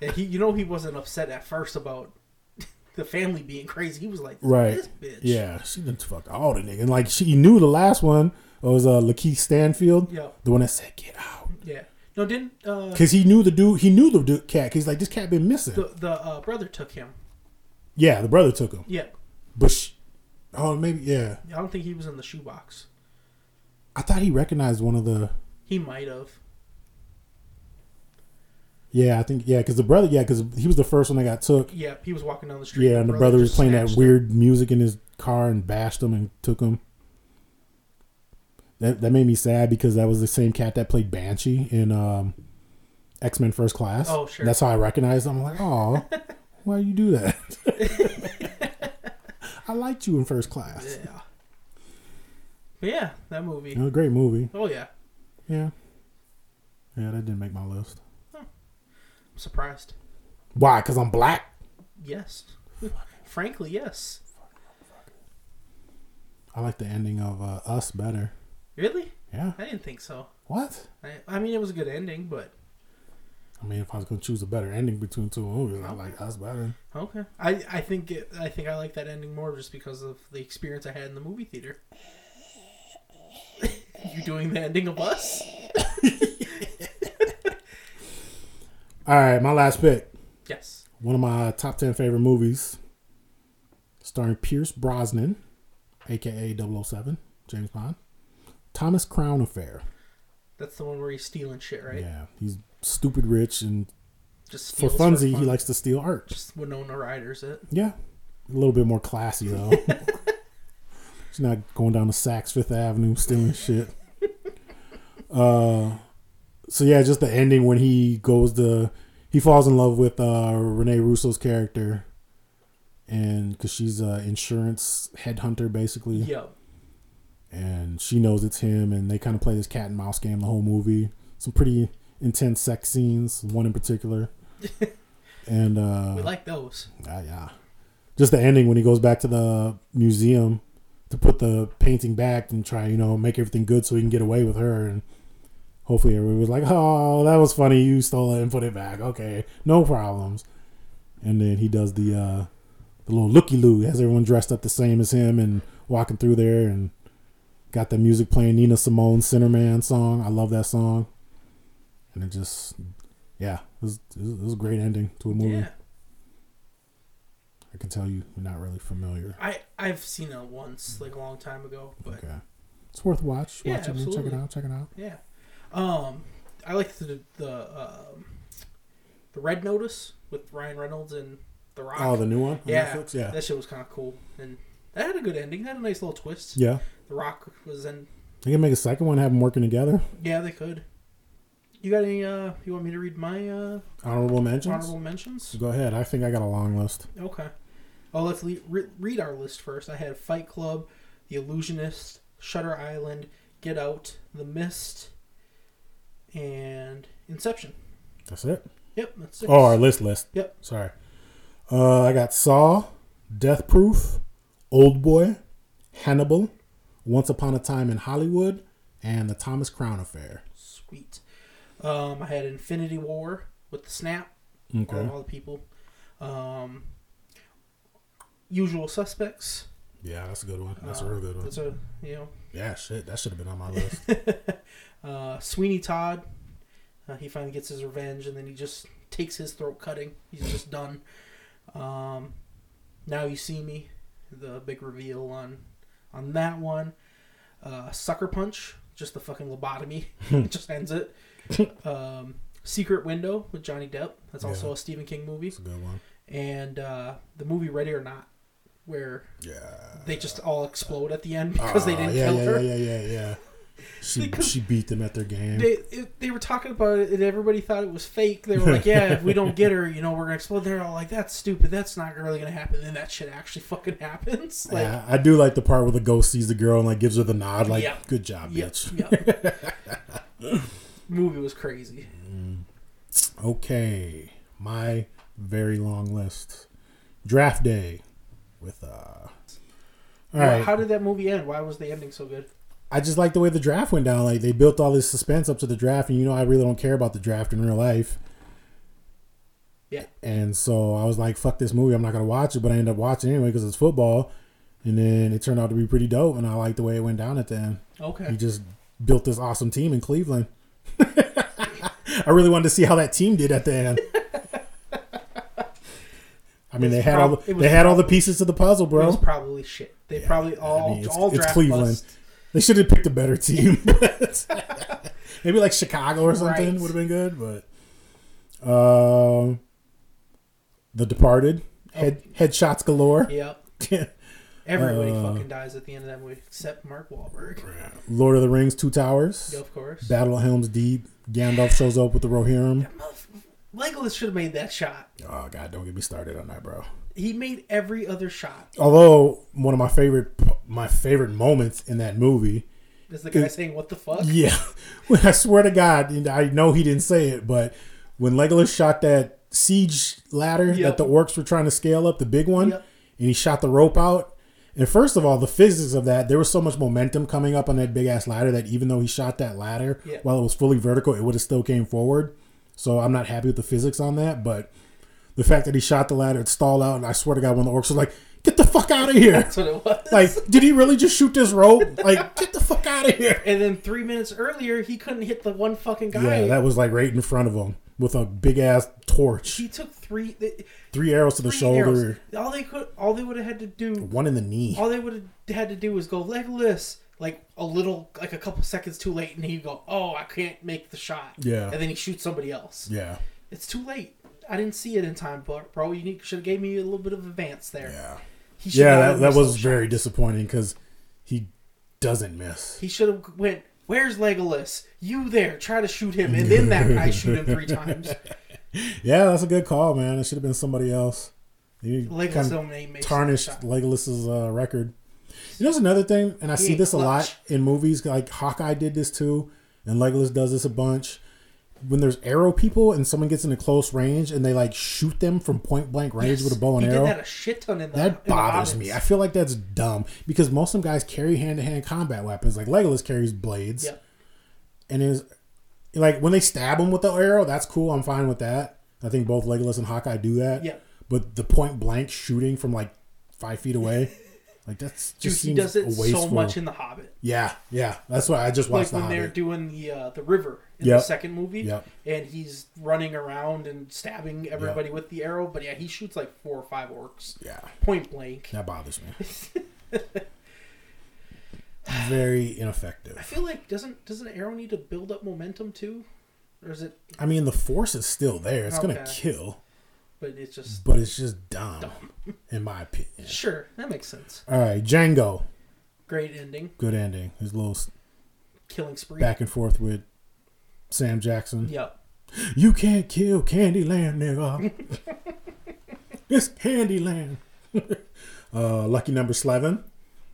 H: And he, you know, he wasn't upset at first about (laughs) the family being crazy. He was like,
G: right.
H: this bitch.
G: Yeah, she done fucked all the niggas. And like she knew the last one was uh Lakeith Stanfield.
H: Yeah.
G: The one that said, "Get out."
H: Yeah. No, didn't uh,
G: Cause he knew the dude. He knew the dude, cat. 'cause He's like, this cat been missing.
H: the the uh, brother took him?
G: yeah, the brother took him.
H: Yeah.
G: But sh oh, maybe yeah.
H: I don't think he was in the shoebox.
G: I thought he recognized one of the.
H: He might have.
G: Yeah, I think yeah, because the brother. Yeah, because he was the first one that got took.
H: Yeah, he was walking down the street.
G: Yeah, and the brother was
H: just
G: playing that
H: snatched him.
G: weird music in his car and bashed him and took him. That that made me sad because that was the same cat that played Banshee in um, X Men First Class.
H: Oh, sure.
G: That's how I recognized him. I'm like,
H: (laughs)
G: oh, why you do that? (laughs) I liked you in First Class.
H: Yeah. But yeah, that movie.
G: You know, great movie.
H: Oh yeah,
G: Yeah. Yeah, that didn't make my list.
H: I'm surprised.
G: Why? Because I'm black?
H: Yes. Frankly, yes.
G: I like the ending of uh, Us better.
H: Really?
G: Yeah.
H: I didn't think so.
G: What?
H: I, I mean, it was a good ending, but
G: I mean, if I was gonna choose a better ending between two movies, I like Us better.
H: okay. I, I think it, I think I like that ending more just because of the experience I had in the movie theater. (laughs) you doing the ending of us?
G: All right, my last pick.
H: Yes.
G: One of my top ten favorite movies, starring Pierce Brosnan, aka 007, James Bond. Thomas Crown Affair.
H: That's the one where he's stealing shit, right?
G: Yeah, he's stupid rich and
H: Just
G: for
H: steals
G: funsies,
H: fun.
G: he likes to steal art.
H: just Winona Ryder's it.
G: Yeah, a little bit more classy
H: (laughs)
G: though. She's not going down to Saks Fifth Avenue stealing shit. Uh, so yeah, just the ending when he goes to he falls in love with uh, Renee Russo's character, and because she's an insurance headhunter basically,
H: Yo,
G: and she knows it's him, and they kind of play this cat and mouse game the whole movie. Some pretty intense sex scenes, one in
H: (laughs)
G: particular, and uh,
H: we like those.
G: Ah, yeah. Just the ending when he goes back to the museum to put the painting back and try, you know, make everything good so he can get away with her. And hopefully everybody was like, oh, that was funny. You stole it and put it back. Okay, no problems. And then he does the uh, the little looky loo, has everyone dressed up the same as him and walking through there and got the music playing Nina Simone Centerman song. I love that song. And it just, yeah, it was, it was it was a great ending to a movie.
H: Yeah.
G: I can tell you, you're not really familiar.
H: I I've seen that once, like a long time ago, but
G: Okay. It's worth a watch.
H: Yeah,
G: Watch it. man. Check it
H: absolutely.
G: out. Check it out.
H: yeah. Um, I like the the um the Red Notice with Ryan Reynolds and The Rock.
G: Oh, the new one? on
H: yeah,
G: Netflix? Yeah.
H: that shit was kind of cool, and that had a good ending. That had a nice little twist.
G: yeah.
H: The Rock was in.
G: They can make a second one, have them working together.
H: Yeah, they could. You got any? Uh, you want me to read my uh
G: Honorable mentions.
H: honorable mentions?
G: Go ahead. I think I got a long list.
H: Okay. Well, let's le- re- read our list first. I had Fight Club, The Illusionist, Shutter Island, Get Out, The Mist, and Inception.
G: That's it.
H: Yep, that's six.
G: Oh, our list list.
H: Yep.
G: Sorry. Uh, I got Saw, Death Proof, Old Boy, Hannibal, Once Upon a Time in Hollywood, and The Thomas Crown Affair.
H: Sweet. Um, I had Infinity War with the snap.
G: Okay.
H: All, all the people. Um, Usual Suspects.
G: Yeah, that's a good one. That's a
H: Uh,
G: real good one.
H: That's a you know
G: Yeah, shit. That should have been on my list.
H: (laughs) uh, Sweeney Todd. Uh, he finally gets his revenge, and then he just takes his throat cutting. He's just done. Um, now you see me, the big reveal on on that one. Uh, Sucker Punch, just the fucking lobotomy,
G: Hmm.
H: It (laughs) just ends it. Um, Secret Window with Johnny Depp. That's also
G: Yeah.
H: a Stephen King movie,
G: That's a good one.
H: and uh, the movie Ready or Not, where
G: Yeah.
H: they just all explode at the end because they
G: Ah,
H: didn't
G: yeah,
H: kill
G: yeah,
H: her.
G: Yeah, yeah, yeah, yeah. She
H: Because-
G: she beat them at their game.
H: they it, they were talking about it and everybody thought it was fake they were like yeah if we don't get her you know we're gonna explode they're all like that's stupid that's not really gonna happen then that shit actually fucking happens
G: (laughs)
H: like
G: yeah, I do like the part where the ghost sees the girl and like gives her the nod, like
H: Yeah.
G: "Good job,
H: yep,
G: bitch."
H: yep. movie was crazy
G: Okay, my very long list. Draft day with uh. All
H: Well,
G: right,
H: how did that movie end why was the ending so good
G: I just like the way the draft went down. Like they built all this suspense up to the draft, and you know I really don't care about the draft in real life.
H: yeah
G: And so I was like, fuck this movie. I'm not going to watch it. But I ended up watching it anyway because it's football. And then it turned out to be pretty dope. And I liked the way it went down at the end.
H: okay
G: He just built this awesome team in Cleveland. (laughs) I really wanted to see how that team did at the end. I mean, they had all
H: prob- it
G: the,
H: was
G: they had all the pieces to the puzzle,
H: it was
G: bro.
H: probably shit they probably all
G: I mean, it's,
H: all
G: it's
H: draft
G: Cleveland.
H: bust.
G: They should have picked a better team. (laughs) but- Maybe like Chicago or something
H: Right.
G: would have been good, but um, The Departed,
H: Oh.
G: head headshots galore.
H: yep everybody
G: Uh,
H: fucking dies at the end of that movie except Mark Wahlberg
G: (laughs) Lord of the Rings, Two Towers,
H: of course
G: Battle of Helm's Deep. Gandalf shows up with the Rohirrim.
H: Legolas should have made that shot
G: Oh God, don't get me started on that, bro.
H: he made every other shot
G: Although one of my favorite my favorite moments in that movie,
H: is the guy saying what the fuck
G: (laughs) yeah, when I swear to God, and I know he didn't say it, but when Legolas shot that siege ladder
H: Yep.
G: that the orcs were trying to scale up, the big one,
H: Yep.
G: and he shot the rope out. And first of all, the physics of that, there was so much momentum coming up on that big ass ladder that even though he shot that ladder
H: Yeah.
G: while it was fully vertical, it would have still came forward. So I'm not happy with the physics on that, but the fact that he shot the ladder, it stalled out, and I swear to God, when the orcs was like, "Get the fuck out of here!"
H: (laughs) That's what it was.
G: (laughs) Like, did he really just shoot this rope? Like, get the fuck out of here!
H: and then three minutes earlier, he couldn't hit the one fucking guy.
G: Yeah, that was like right in front of him with a big ass torch.
H: he took three, th-
G: Three arrows to the
H: three
G: shoulder,
H: arrows. All they could, all they would have had to do,
G: one in the knee.
H: all they would have had to do was go legless, like a little, like a couple seconds too late, and he'd go, "Oh, I can't make the shot."
G: Yeah.
H: and then he shoots somebody else.
G: Yeah.
H: It's too late. I didn't see it in time, but bro, you should have gave me a little bit of advance there.
G: Yeah.
H: He should
G: Yeah,
H: not have
G: that, that
H: missed
G: was
H: those
G: very
H: shots.
G: disappointing because he doesn't miss.
H: He should have went. Where's Legolas? You there? Try to shoot
G: (laughs)
H: him, and then that guy shoot him three times.
G: Yeah, that's a good call, man. It should have been somebody else. You
H: Legolas
G: kind
H: don't make-
G: of
H: make
G: tarnished
H: sense.
G: Legolas's uh, record. You know, there's another thing, and I see
H: ain't
G: this a lot
H: clutch.
G: in movies. Like Hawkeye did this too, and Legolas does this a bunch. When there's arrow people and someone gets into close range and they like shoot them from point blank range with a bow and
H: he
G: arrow,
H: did that a shit ton in the. in
G: That
H: the
G: bothers
H: Hobbits.
G: me. I feel like that's dumb because most of them guys carry hand to hand combat weapons. Like Legolas carries blades.
H: Yep.
G: And is like when they stab him with the arrow, that's cool. I'm fine with that. I think both Legolas and Hawkeye do that.
H: Yep.
G: But the point blank shooting from like five feet
H: (laughs)
G: away, like that's
H: Dude,
G: just
H: he
G: seems
H: does it
G: wasteful.
H: so much in the Hobbit.
G: yeah, yeah. That's why I just
H: Like
G: watched
H: when
G: the
H: they're
G: Hobbit.
H: doing the uh, the river in
G: Yep.
H: the second movie,
G: Yep.
H: and he's running around and stabbing everybody with the arrow. But yeah, he shoots like four or five orcs
G: yeah,
H: point blank.
G: that bothers me.
H: (laughs)
G: Very ineffective.
H: I feel like doesn't doesn't an arrow need to build up momentum too, or is it?
G: I mean, the force is still there. It's gonna
H: Okay.
G: kill.
H: But it's just
G: but it's just dumb, (laughs) in my opinion.
H: sure that makes sense.
G: All right, Django,
H: Great ending,
G: good ending. His little s-
H: killing spree.
G: back and forth with Sam Jackson.
H: Yep.
G: You can't kill Candyland,
H: (laughs)
G: nigga. it's Candyland. (laughs) uh, lucky number eleven.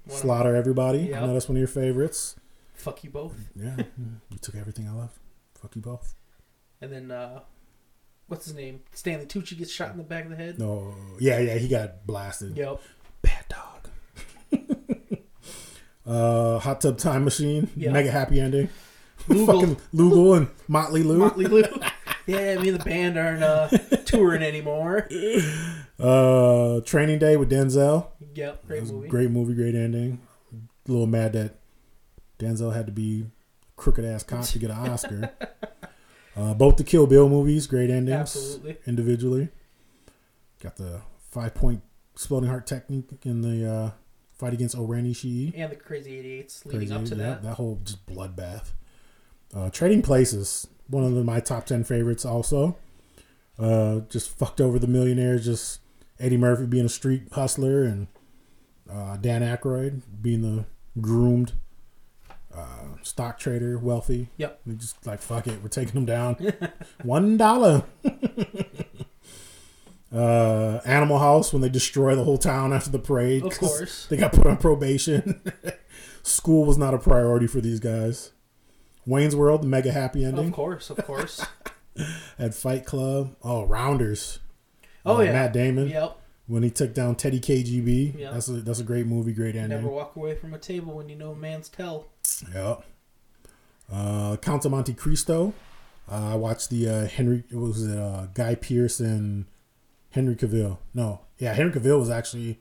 G: Slaughter everybody. I know
H: Yep.
G: that's one of your favorites.
H: Fuck you both.
G: Yeah, you took everything I love. Fuck you both.
H: And then uh, what's his name? Stanley Tucci gets shot in the back of the head.
G: No, yeah, yeah, he got blasted. (laughs)
H: Yep.
G: Bad dog. (laughs) uh, hot tub time machine.
H: Yeah.
G: Mega happy ending.
H: Lugal.
G: fucking Lugal and Motley Lou.
H: Motley Lou. (laughs) yeah, me and the band
G: (laughs)
H: aren't uh, touring anymore.
G: Uh, Training Day with Denzel.
H: Yep, great movie.
G: Great movie, great ending. A little mad that Denzel had to be crooked ass cop to get an
H: (laughs)
G: Oscar. uh, both the Kill Bill movies, great endings.
H: Absolutely.
G: Individually. Got the five point exploding heart technique in the uh, fight against Orani Shii.
H: And the Crazy 88s leading
G: Crazy,
H: up to
G: yeah,
H: that.
G: That whole just bloodbath. Uh, Trading Places, one of the- my top ten favorites, also. Uh, just fucked over the millionaires. Just Eddie Murphy being a street hustler and uh, Dan Aykroyd being the groomed uh, stock trader, wealthy.
H: Yep.
G: We just like fuck it, we're taking them down. (laughs) one dollar. (laughs) uh, Animal House when they destroy the whole town after the parade.
H: Of
G: 'cause
H: course.
G: they got put on probation. School was not a priority for these guys. Wayne's World, the mega happy
H: Of
G: ending.
H: course, of
G: (laughs)
H: course.
G: At Fight Club, oh Rounders.
H: Oh,
G: Uh,
H: yeah.
G: Matt Damon
H: yep.
G: when he took down Teddy KGB.
H: Yeah.
G: That's a that's a great movie, great ending.
H: Never walk away from a table when you know a man's tell.
G: Yeah. Uh, Count of Monte Cristo. Uh, I watched the uh, Henry. What was it? Uh, Guy Pierce and Henry Cavill. No, yeah, Henry Cavill was actually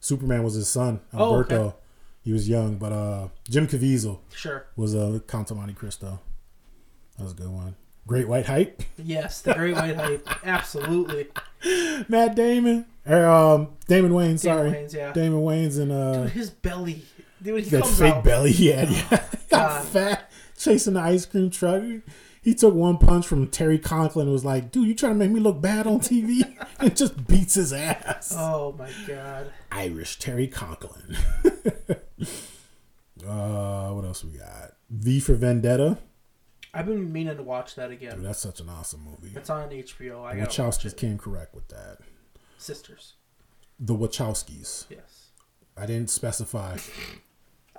G: Superman was his son
H: Oh,
G: Alberto.
H: okay.
G: He was young, but uh, Jim Caviezel
H: Sure.
G: was uh, Count of Monte Cristo. That was a good one. Great White Hype. (laughs)
H: Yes, the Great White Hype. Absolutely.
G: Matt Damon or um, Damon Wayne. Sorry,
H: Wayans, yeah.
G: Damon Wayans and uh,
H: Dude, his belly. Dude, when (laughs) he
G: that
H: comes
G: fake
H: out.
G: belly (laughs) he had. Yeah. Got
H: God.
G: fat chasing the ice cream truck. He took one punch from Terry Conklin and was like, dude, you trying to make me look bad on TV? (laughs) and just beats his ass.
H: Oh, my God.
G: Irish Terry Conklin. (laughs) uh, what else we got? V for Vendetta.
H: I've been meaning to watch that again.
G: Dude, that's such an awesome movie.
H: It's on HBO. I got
G: Wachowskis came correct with that.
H: sisters.
G: The Wachowskis.
H: Yes.
G: I didn't specify,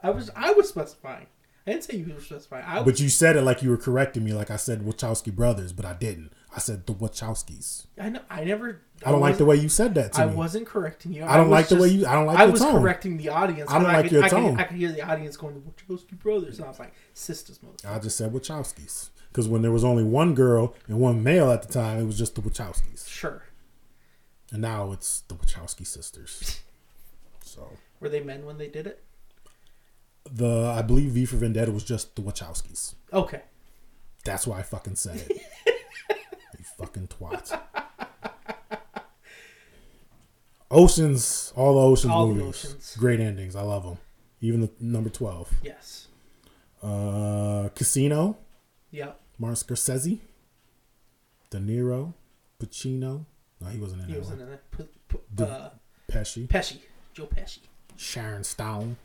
H: I was I was specifying. I didn't say you were specifying. I was,
G: but you said it like you were correcting me, like I said Wachowski brothers, but I didn't. I said the Wachowskis.
H: I know. I never.
G: I don't like the
H: wasn't-
G: way you said that to
H: I
G: me.
H: wasn't correcting you.
G: I don't
H: was
G: like the way
H: just-
G: you- I don't like
H: I
G: your
H: was
G: tone.
H: correcting the audience.
G: I don't
H: and
G: like
H: could,
G: your
H: I could-
G: tone.
H: I could hear the audience going, "The Wachowski brothers," and I was like, "Sisters, mother."
G: I just said Wachowskis because when there was only one girl and one male at the time, it was just the Wachowskis,
H: Sure.
G: and now it's the Wachowski
H: (laughs)
G: sisters. So
H: Were they men when they did it?
G: the I believe V for Vendetta was just the Wachowskis.
H: Okay.
G: That's why I fucking said it.
H: (laughs)
G: you fucking twat. Oceans, all the Oceans
H: All the
G: movies,
H: Oceans.
G: great endings. I love them. Even the number twelve,
H: Yes.
G: uh, Casino,
H: Yep.
G: Martin Scorsese, De Niro, Pacino. No, he wasn't in
H: He
G: that
H: was
G: one.
H: in a p- p-
G: The-
H: uh,
G: Pesci,
H: Pesci. Joe Pesci.
G: Sharon Stone.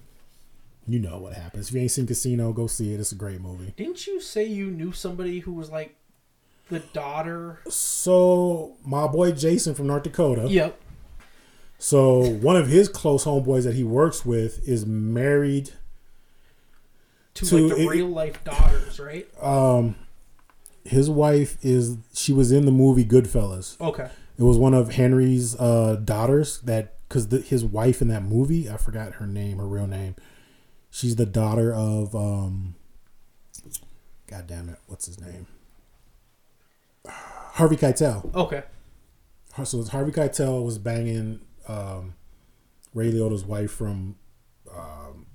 G: You know what happens. If you ain't seen Casino, go see it. It's a great movie.
H: Didn't you say you knew somebody who was like the daughter?
G: So my boy Jason from North Dakota.
H: Yep.
G: So one of his close homeboys that he works with is married.
H: To,
G: To-
H: like the
G: it- Uh,
H: real life daughters, right?
G: His wife is she was in the movie Goodfellas.
H: Okay.
G: It was one of Henry's uh, daughters that because his wife in that movie I forgot her name her real name. She's the daughter of um. God damn it! What's his name? (sighs) Harvey Keitel.
H: Okay.
G: So it's Harvey Keitel was banging um, Ray Liotta's wife from um,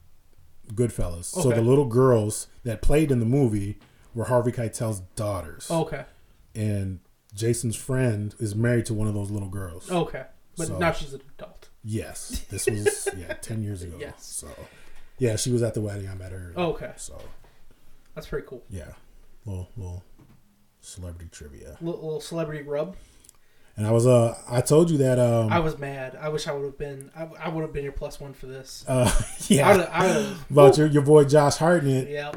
G: Goodfellas. So
H: Okay.
G: the little girls that played in the movie were Harvey Keitel's daughters.
H: Okay.
G: And Jason's friend is married to one of those little girls.
H: Okay. But
G: So-
H: now she's an adult.
G: Yes.
H: (laughs)
G: This was, yeah, 10 years ago.
H: Yes. Oh,
G: So, yeah, she was at the wedding. I met her.
H: Okay.
G: So,
H: That's pretty cool.
G: yeah. Little, little celebrity trivia.
H: Little, little celebrity rub.
G: And I was, uh, I told you that, um,
H: I was mad. I wish I would have been. I, I would have been your plus one for this.
G: uh, (laughs)
H: I would
G: yeah, (gasps)
H: have.
G: about your, your boy Josh Hartnett.
H: Yeah.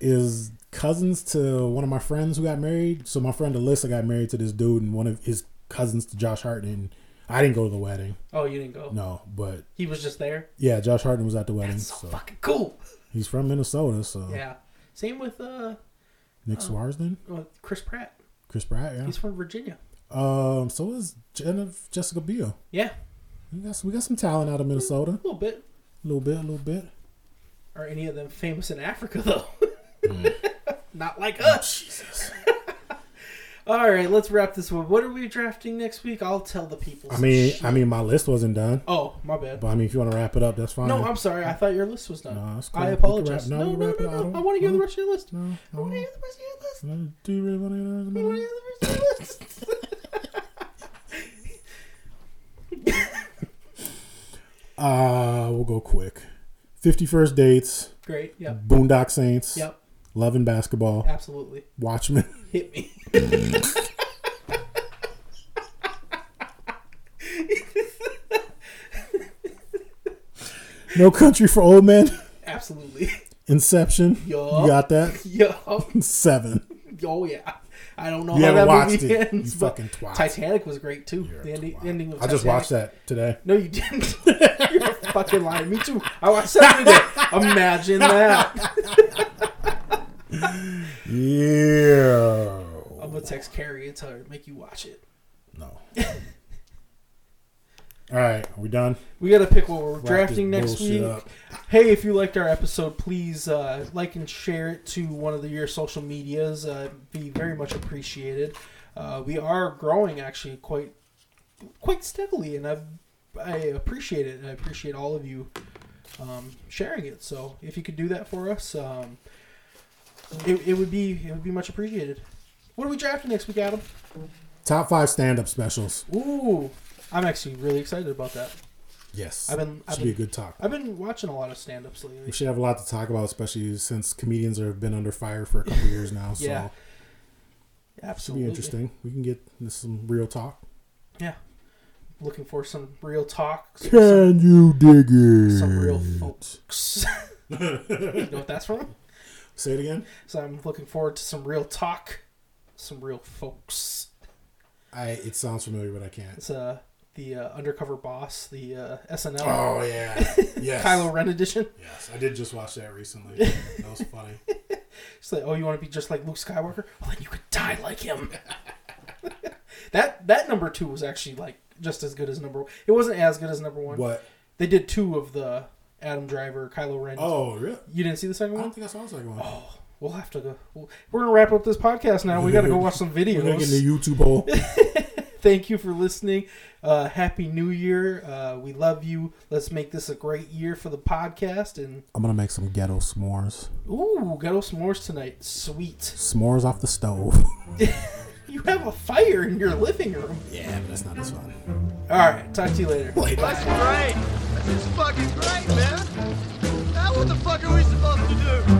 G: is cousins to one of my friends who got married. So my friend Alyssa got married to this dude, and one of his cousins to Josh Hartnett. And I didn't go to the wedding,
H: Oh, you didn't go.
G: no, but
H: He was just there.
G: yeah, Josh Hartnett was at the wedding.
H: That's so
G: So
H: fucking cool.
G: he's from Minnesota, so
H: Yeah. Same with uh
G: Nick Swarsden,
H: with Chris Pratt.
G: Chris Pratt, yeah.
H: He's from Virginia.
G: Um, so is Jennifer Jessica Biel.
H: Yeah.
G: We got some, we got some talent out of Minnesota,
H: A little bit.
G: a little bit, a little bit.
H: Are any of them famous in Africa (laughs) though?
G: Hmm.
H: (laughs) Not like us.
G: Jesus,
H: All right, let's wrap this one. What are we drafting next week? I'll tell the people.
G: I
H: some
G: mean,
H: shit.
G: I mean, my list wasn't done,
H: Oh, my bad.
G: but I mean, if you want to wrap it up, that's fine.
H: No, I'm sorry. I thought your list was done.
G: No, that's cool.
H: I
G: You can
H: apologize.
G: wrap- no,
H: No,
G: you
H: no,
G: wrap it.
H: no,
G: I
H: no.
G: don't-
H: I want to hear
G: no.
H: the rest of your list.
G: No,
H: I want to
G: no.
H: hear the rest of your list.
G: Uh, Do you really want to get out of the
H: I want to hear the rest of your list. (laughs)
G: Uh, we'll go quick. 51st Dates,
H: Great. Yep.
G: Boondock Saints,
H: Yep.
G: Love and Basketball,
H: Absolutely.
G: Watchmen, (laughs)
H: Hit me. (laughs)
G: No Country for Old Men,
H: Absolutely. (laughs)
G: Inception.
H: Yup.
G: You got that?
H: Yo. (laughs)
G: Seven.
H: Oh yeah. I don't know
G: You
H: how
G: haven't
H: that
G: watched
H: movie
G: it.
H: ends.
G: you
H: but
G: fucking twat.
H: Titanic was great too.
G: You're a
H: The ending,
G: twat.
H: ending of
G: I just
H: Titanic.
G: watched that today.
H: No, you didn't. (laughs) You're a fucking lying. Me too. I watched
G: (laughs)
H: that today. Imagine that.
G: Yeah.
H: I'm gonna text Carrie and tell her to make you watch it. (laughs)
G: No. All right, are we done?
H: We gotta pick what we're
G: Wrap this
H: drafting next
G: bullshit
H: week.
G: up.
H: Hey, if you liked our episode, please uh, like and share it to one of the, your social medias. Uh, be very much appreciated. Uh, we are growing actually quite quite steadily, and I've, I appreciate it. And I appreciate all of you um, sharing it. So if you could do that for us, um, it, it would be it would be much appreciated. What are we drafting next week, Adam?
G: Top five stand-up specials.
H: Ooh, I'm actually really excited about that.
G: Yes.
H: I've been- I've
G: Should be a
H: been-
G: good talk.
H: I've been watching a lot of stand-ups lately.
G: We should have a lot to talk about, especially since comedians have been under fire for a couple years now. So
H: Yeah,
G: it'll be
H: Absolutely.
G: interesting. We can get this some real talk.
H: Yeah. Looking for some real talk. Some,
G: Can you dig it?
H: some real folks. (laughs) you know what that's from?
G: Say it again.
H: So I'm looking forward to some real talk. Some real folks.
G: I. It sounds familiar, but I can't.
H: It's uh, the uh, undercover boss, the uh, SNL
G: Oh yeah, (laughs) yes.
H: Kylo Ren edition.
G: Yes, I did just watch that recently. That (laughs) was funny. (laughs)
H: It's like, oh, you want to be just like Luke Skywalker? Well, then you could die like him. (laughs) That that number two was actually like just as good as number one. It wasn't as good as number one.
G: What?
H: They did two of the Adam Driver, Kylo Ren.
G: Oh, really?
H: You didn't see the second
G: I
H: one?
G: don't think I saw the second one.
H: We'll have to go. we'll- We're gonna wrap up this podcast now. We gotta go watch some
G: (laughs) We're gonna get
H: videos.
G: in the YouTube hole.
H: (laughs) Thank you for listening. Uh, Happy New Year. Uh, we love you. Let's make this a great year for the podcast. And
G: (laughs) I'm gonna make some ghetto s'mores.
H: ooh, ghetto s'mores tonight. Sweet.
G: S'mores off the stove.
H: You have a fire in your living room.
G: yeah, but that's not as fun.
H: All right. Talk to you later.
F: That's great. This is fucking great, man. Now what the fuck are we supposed to do?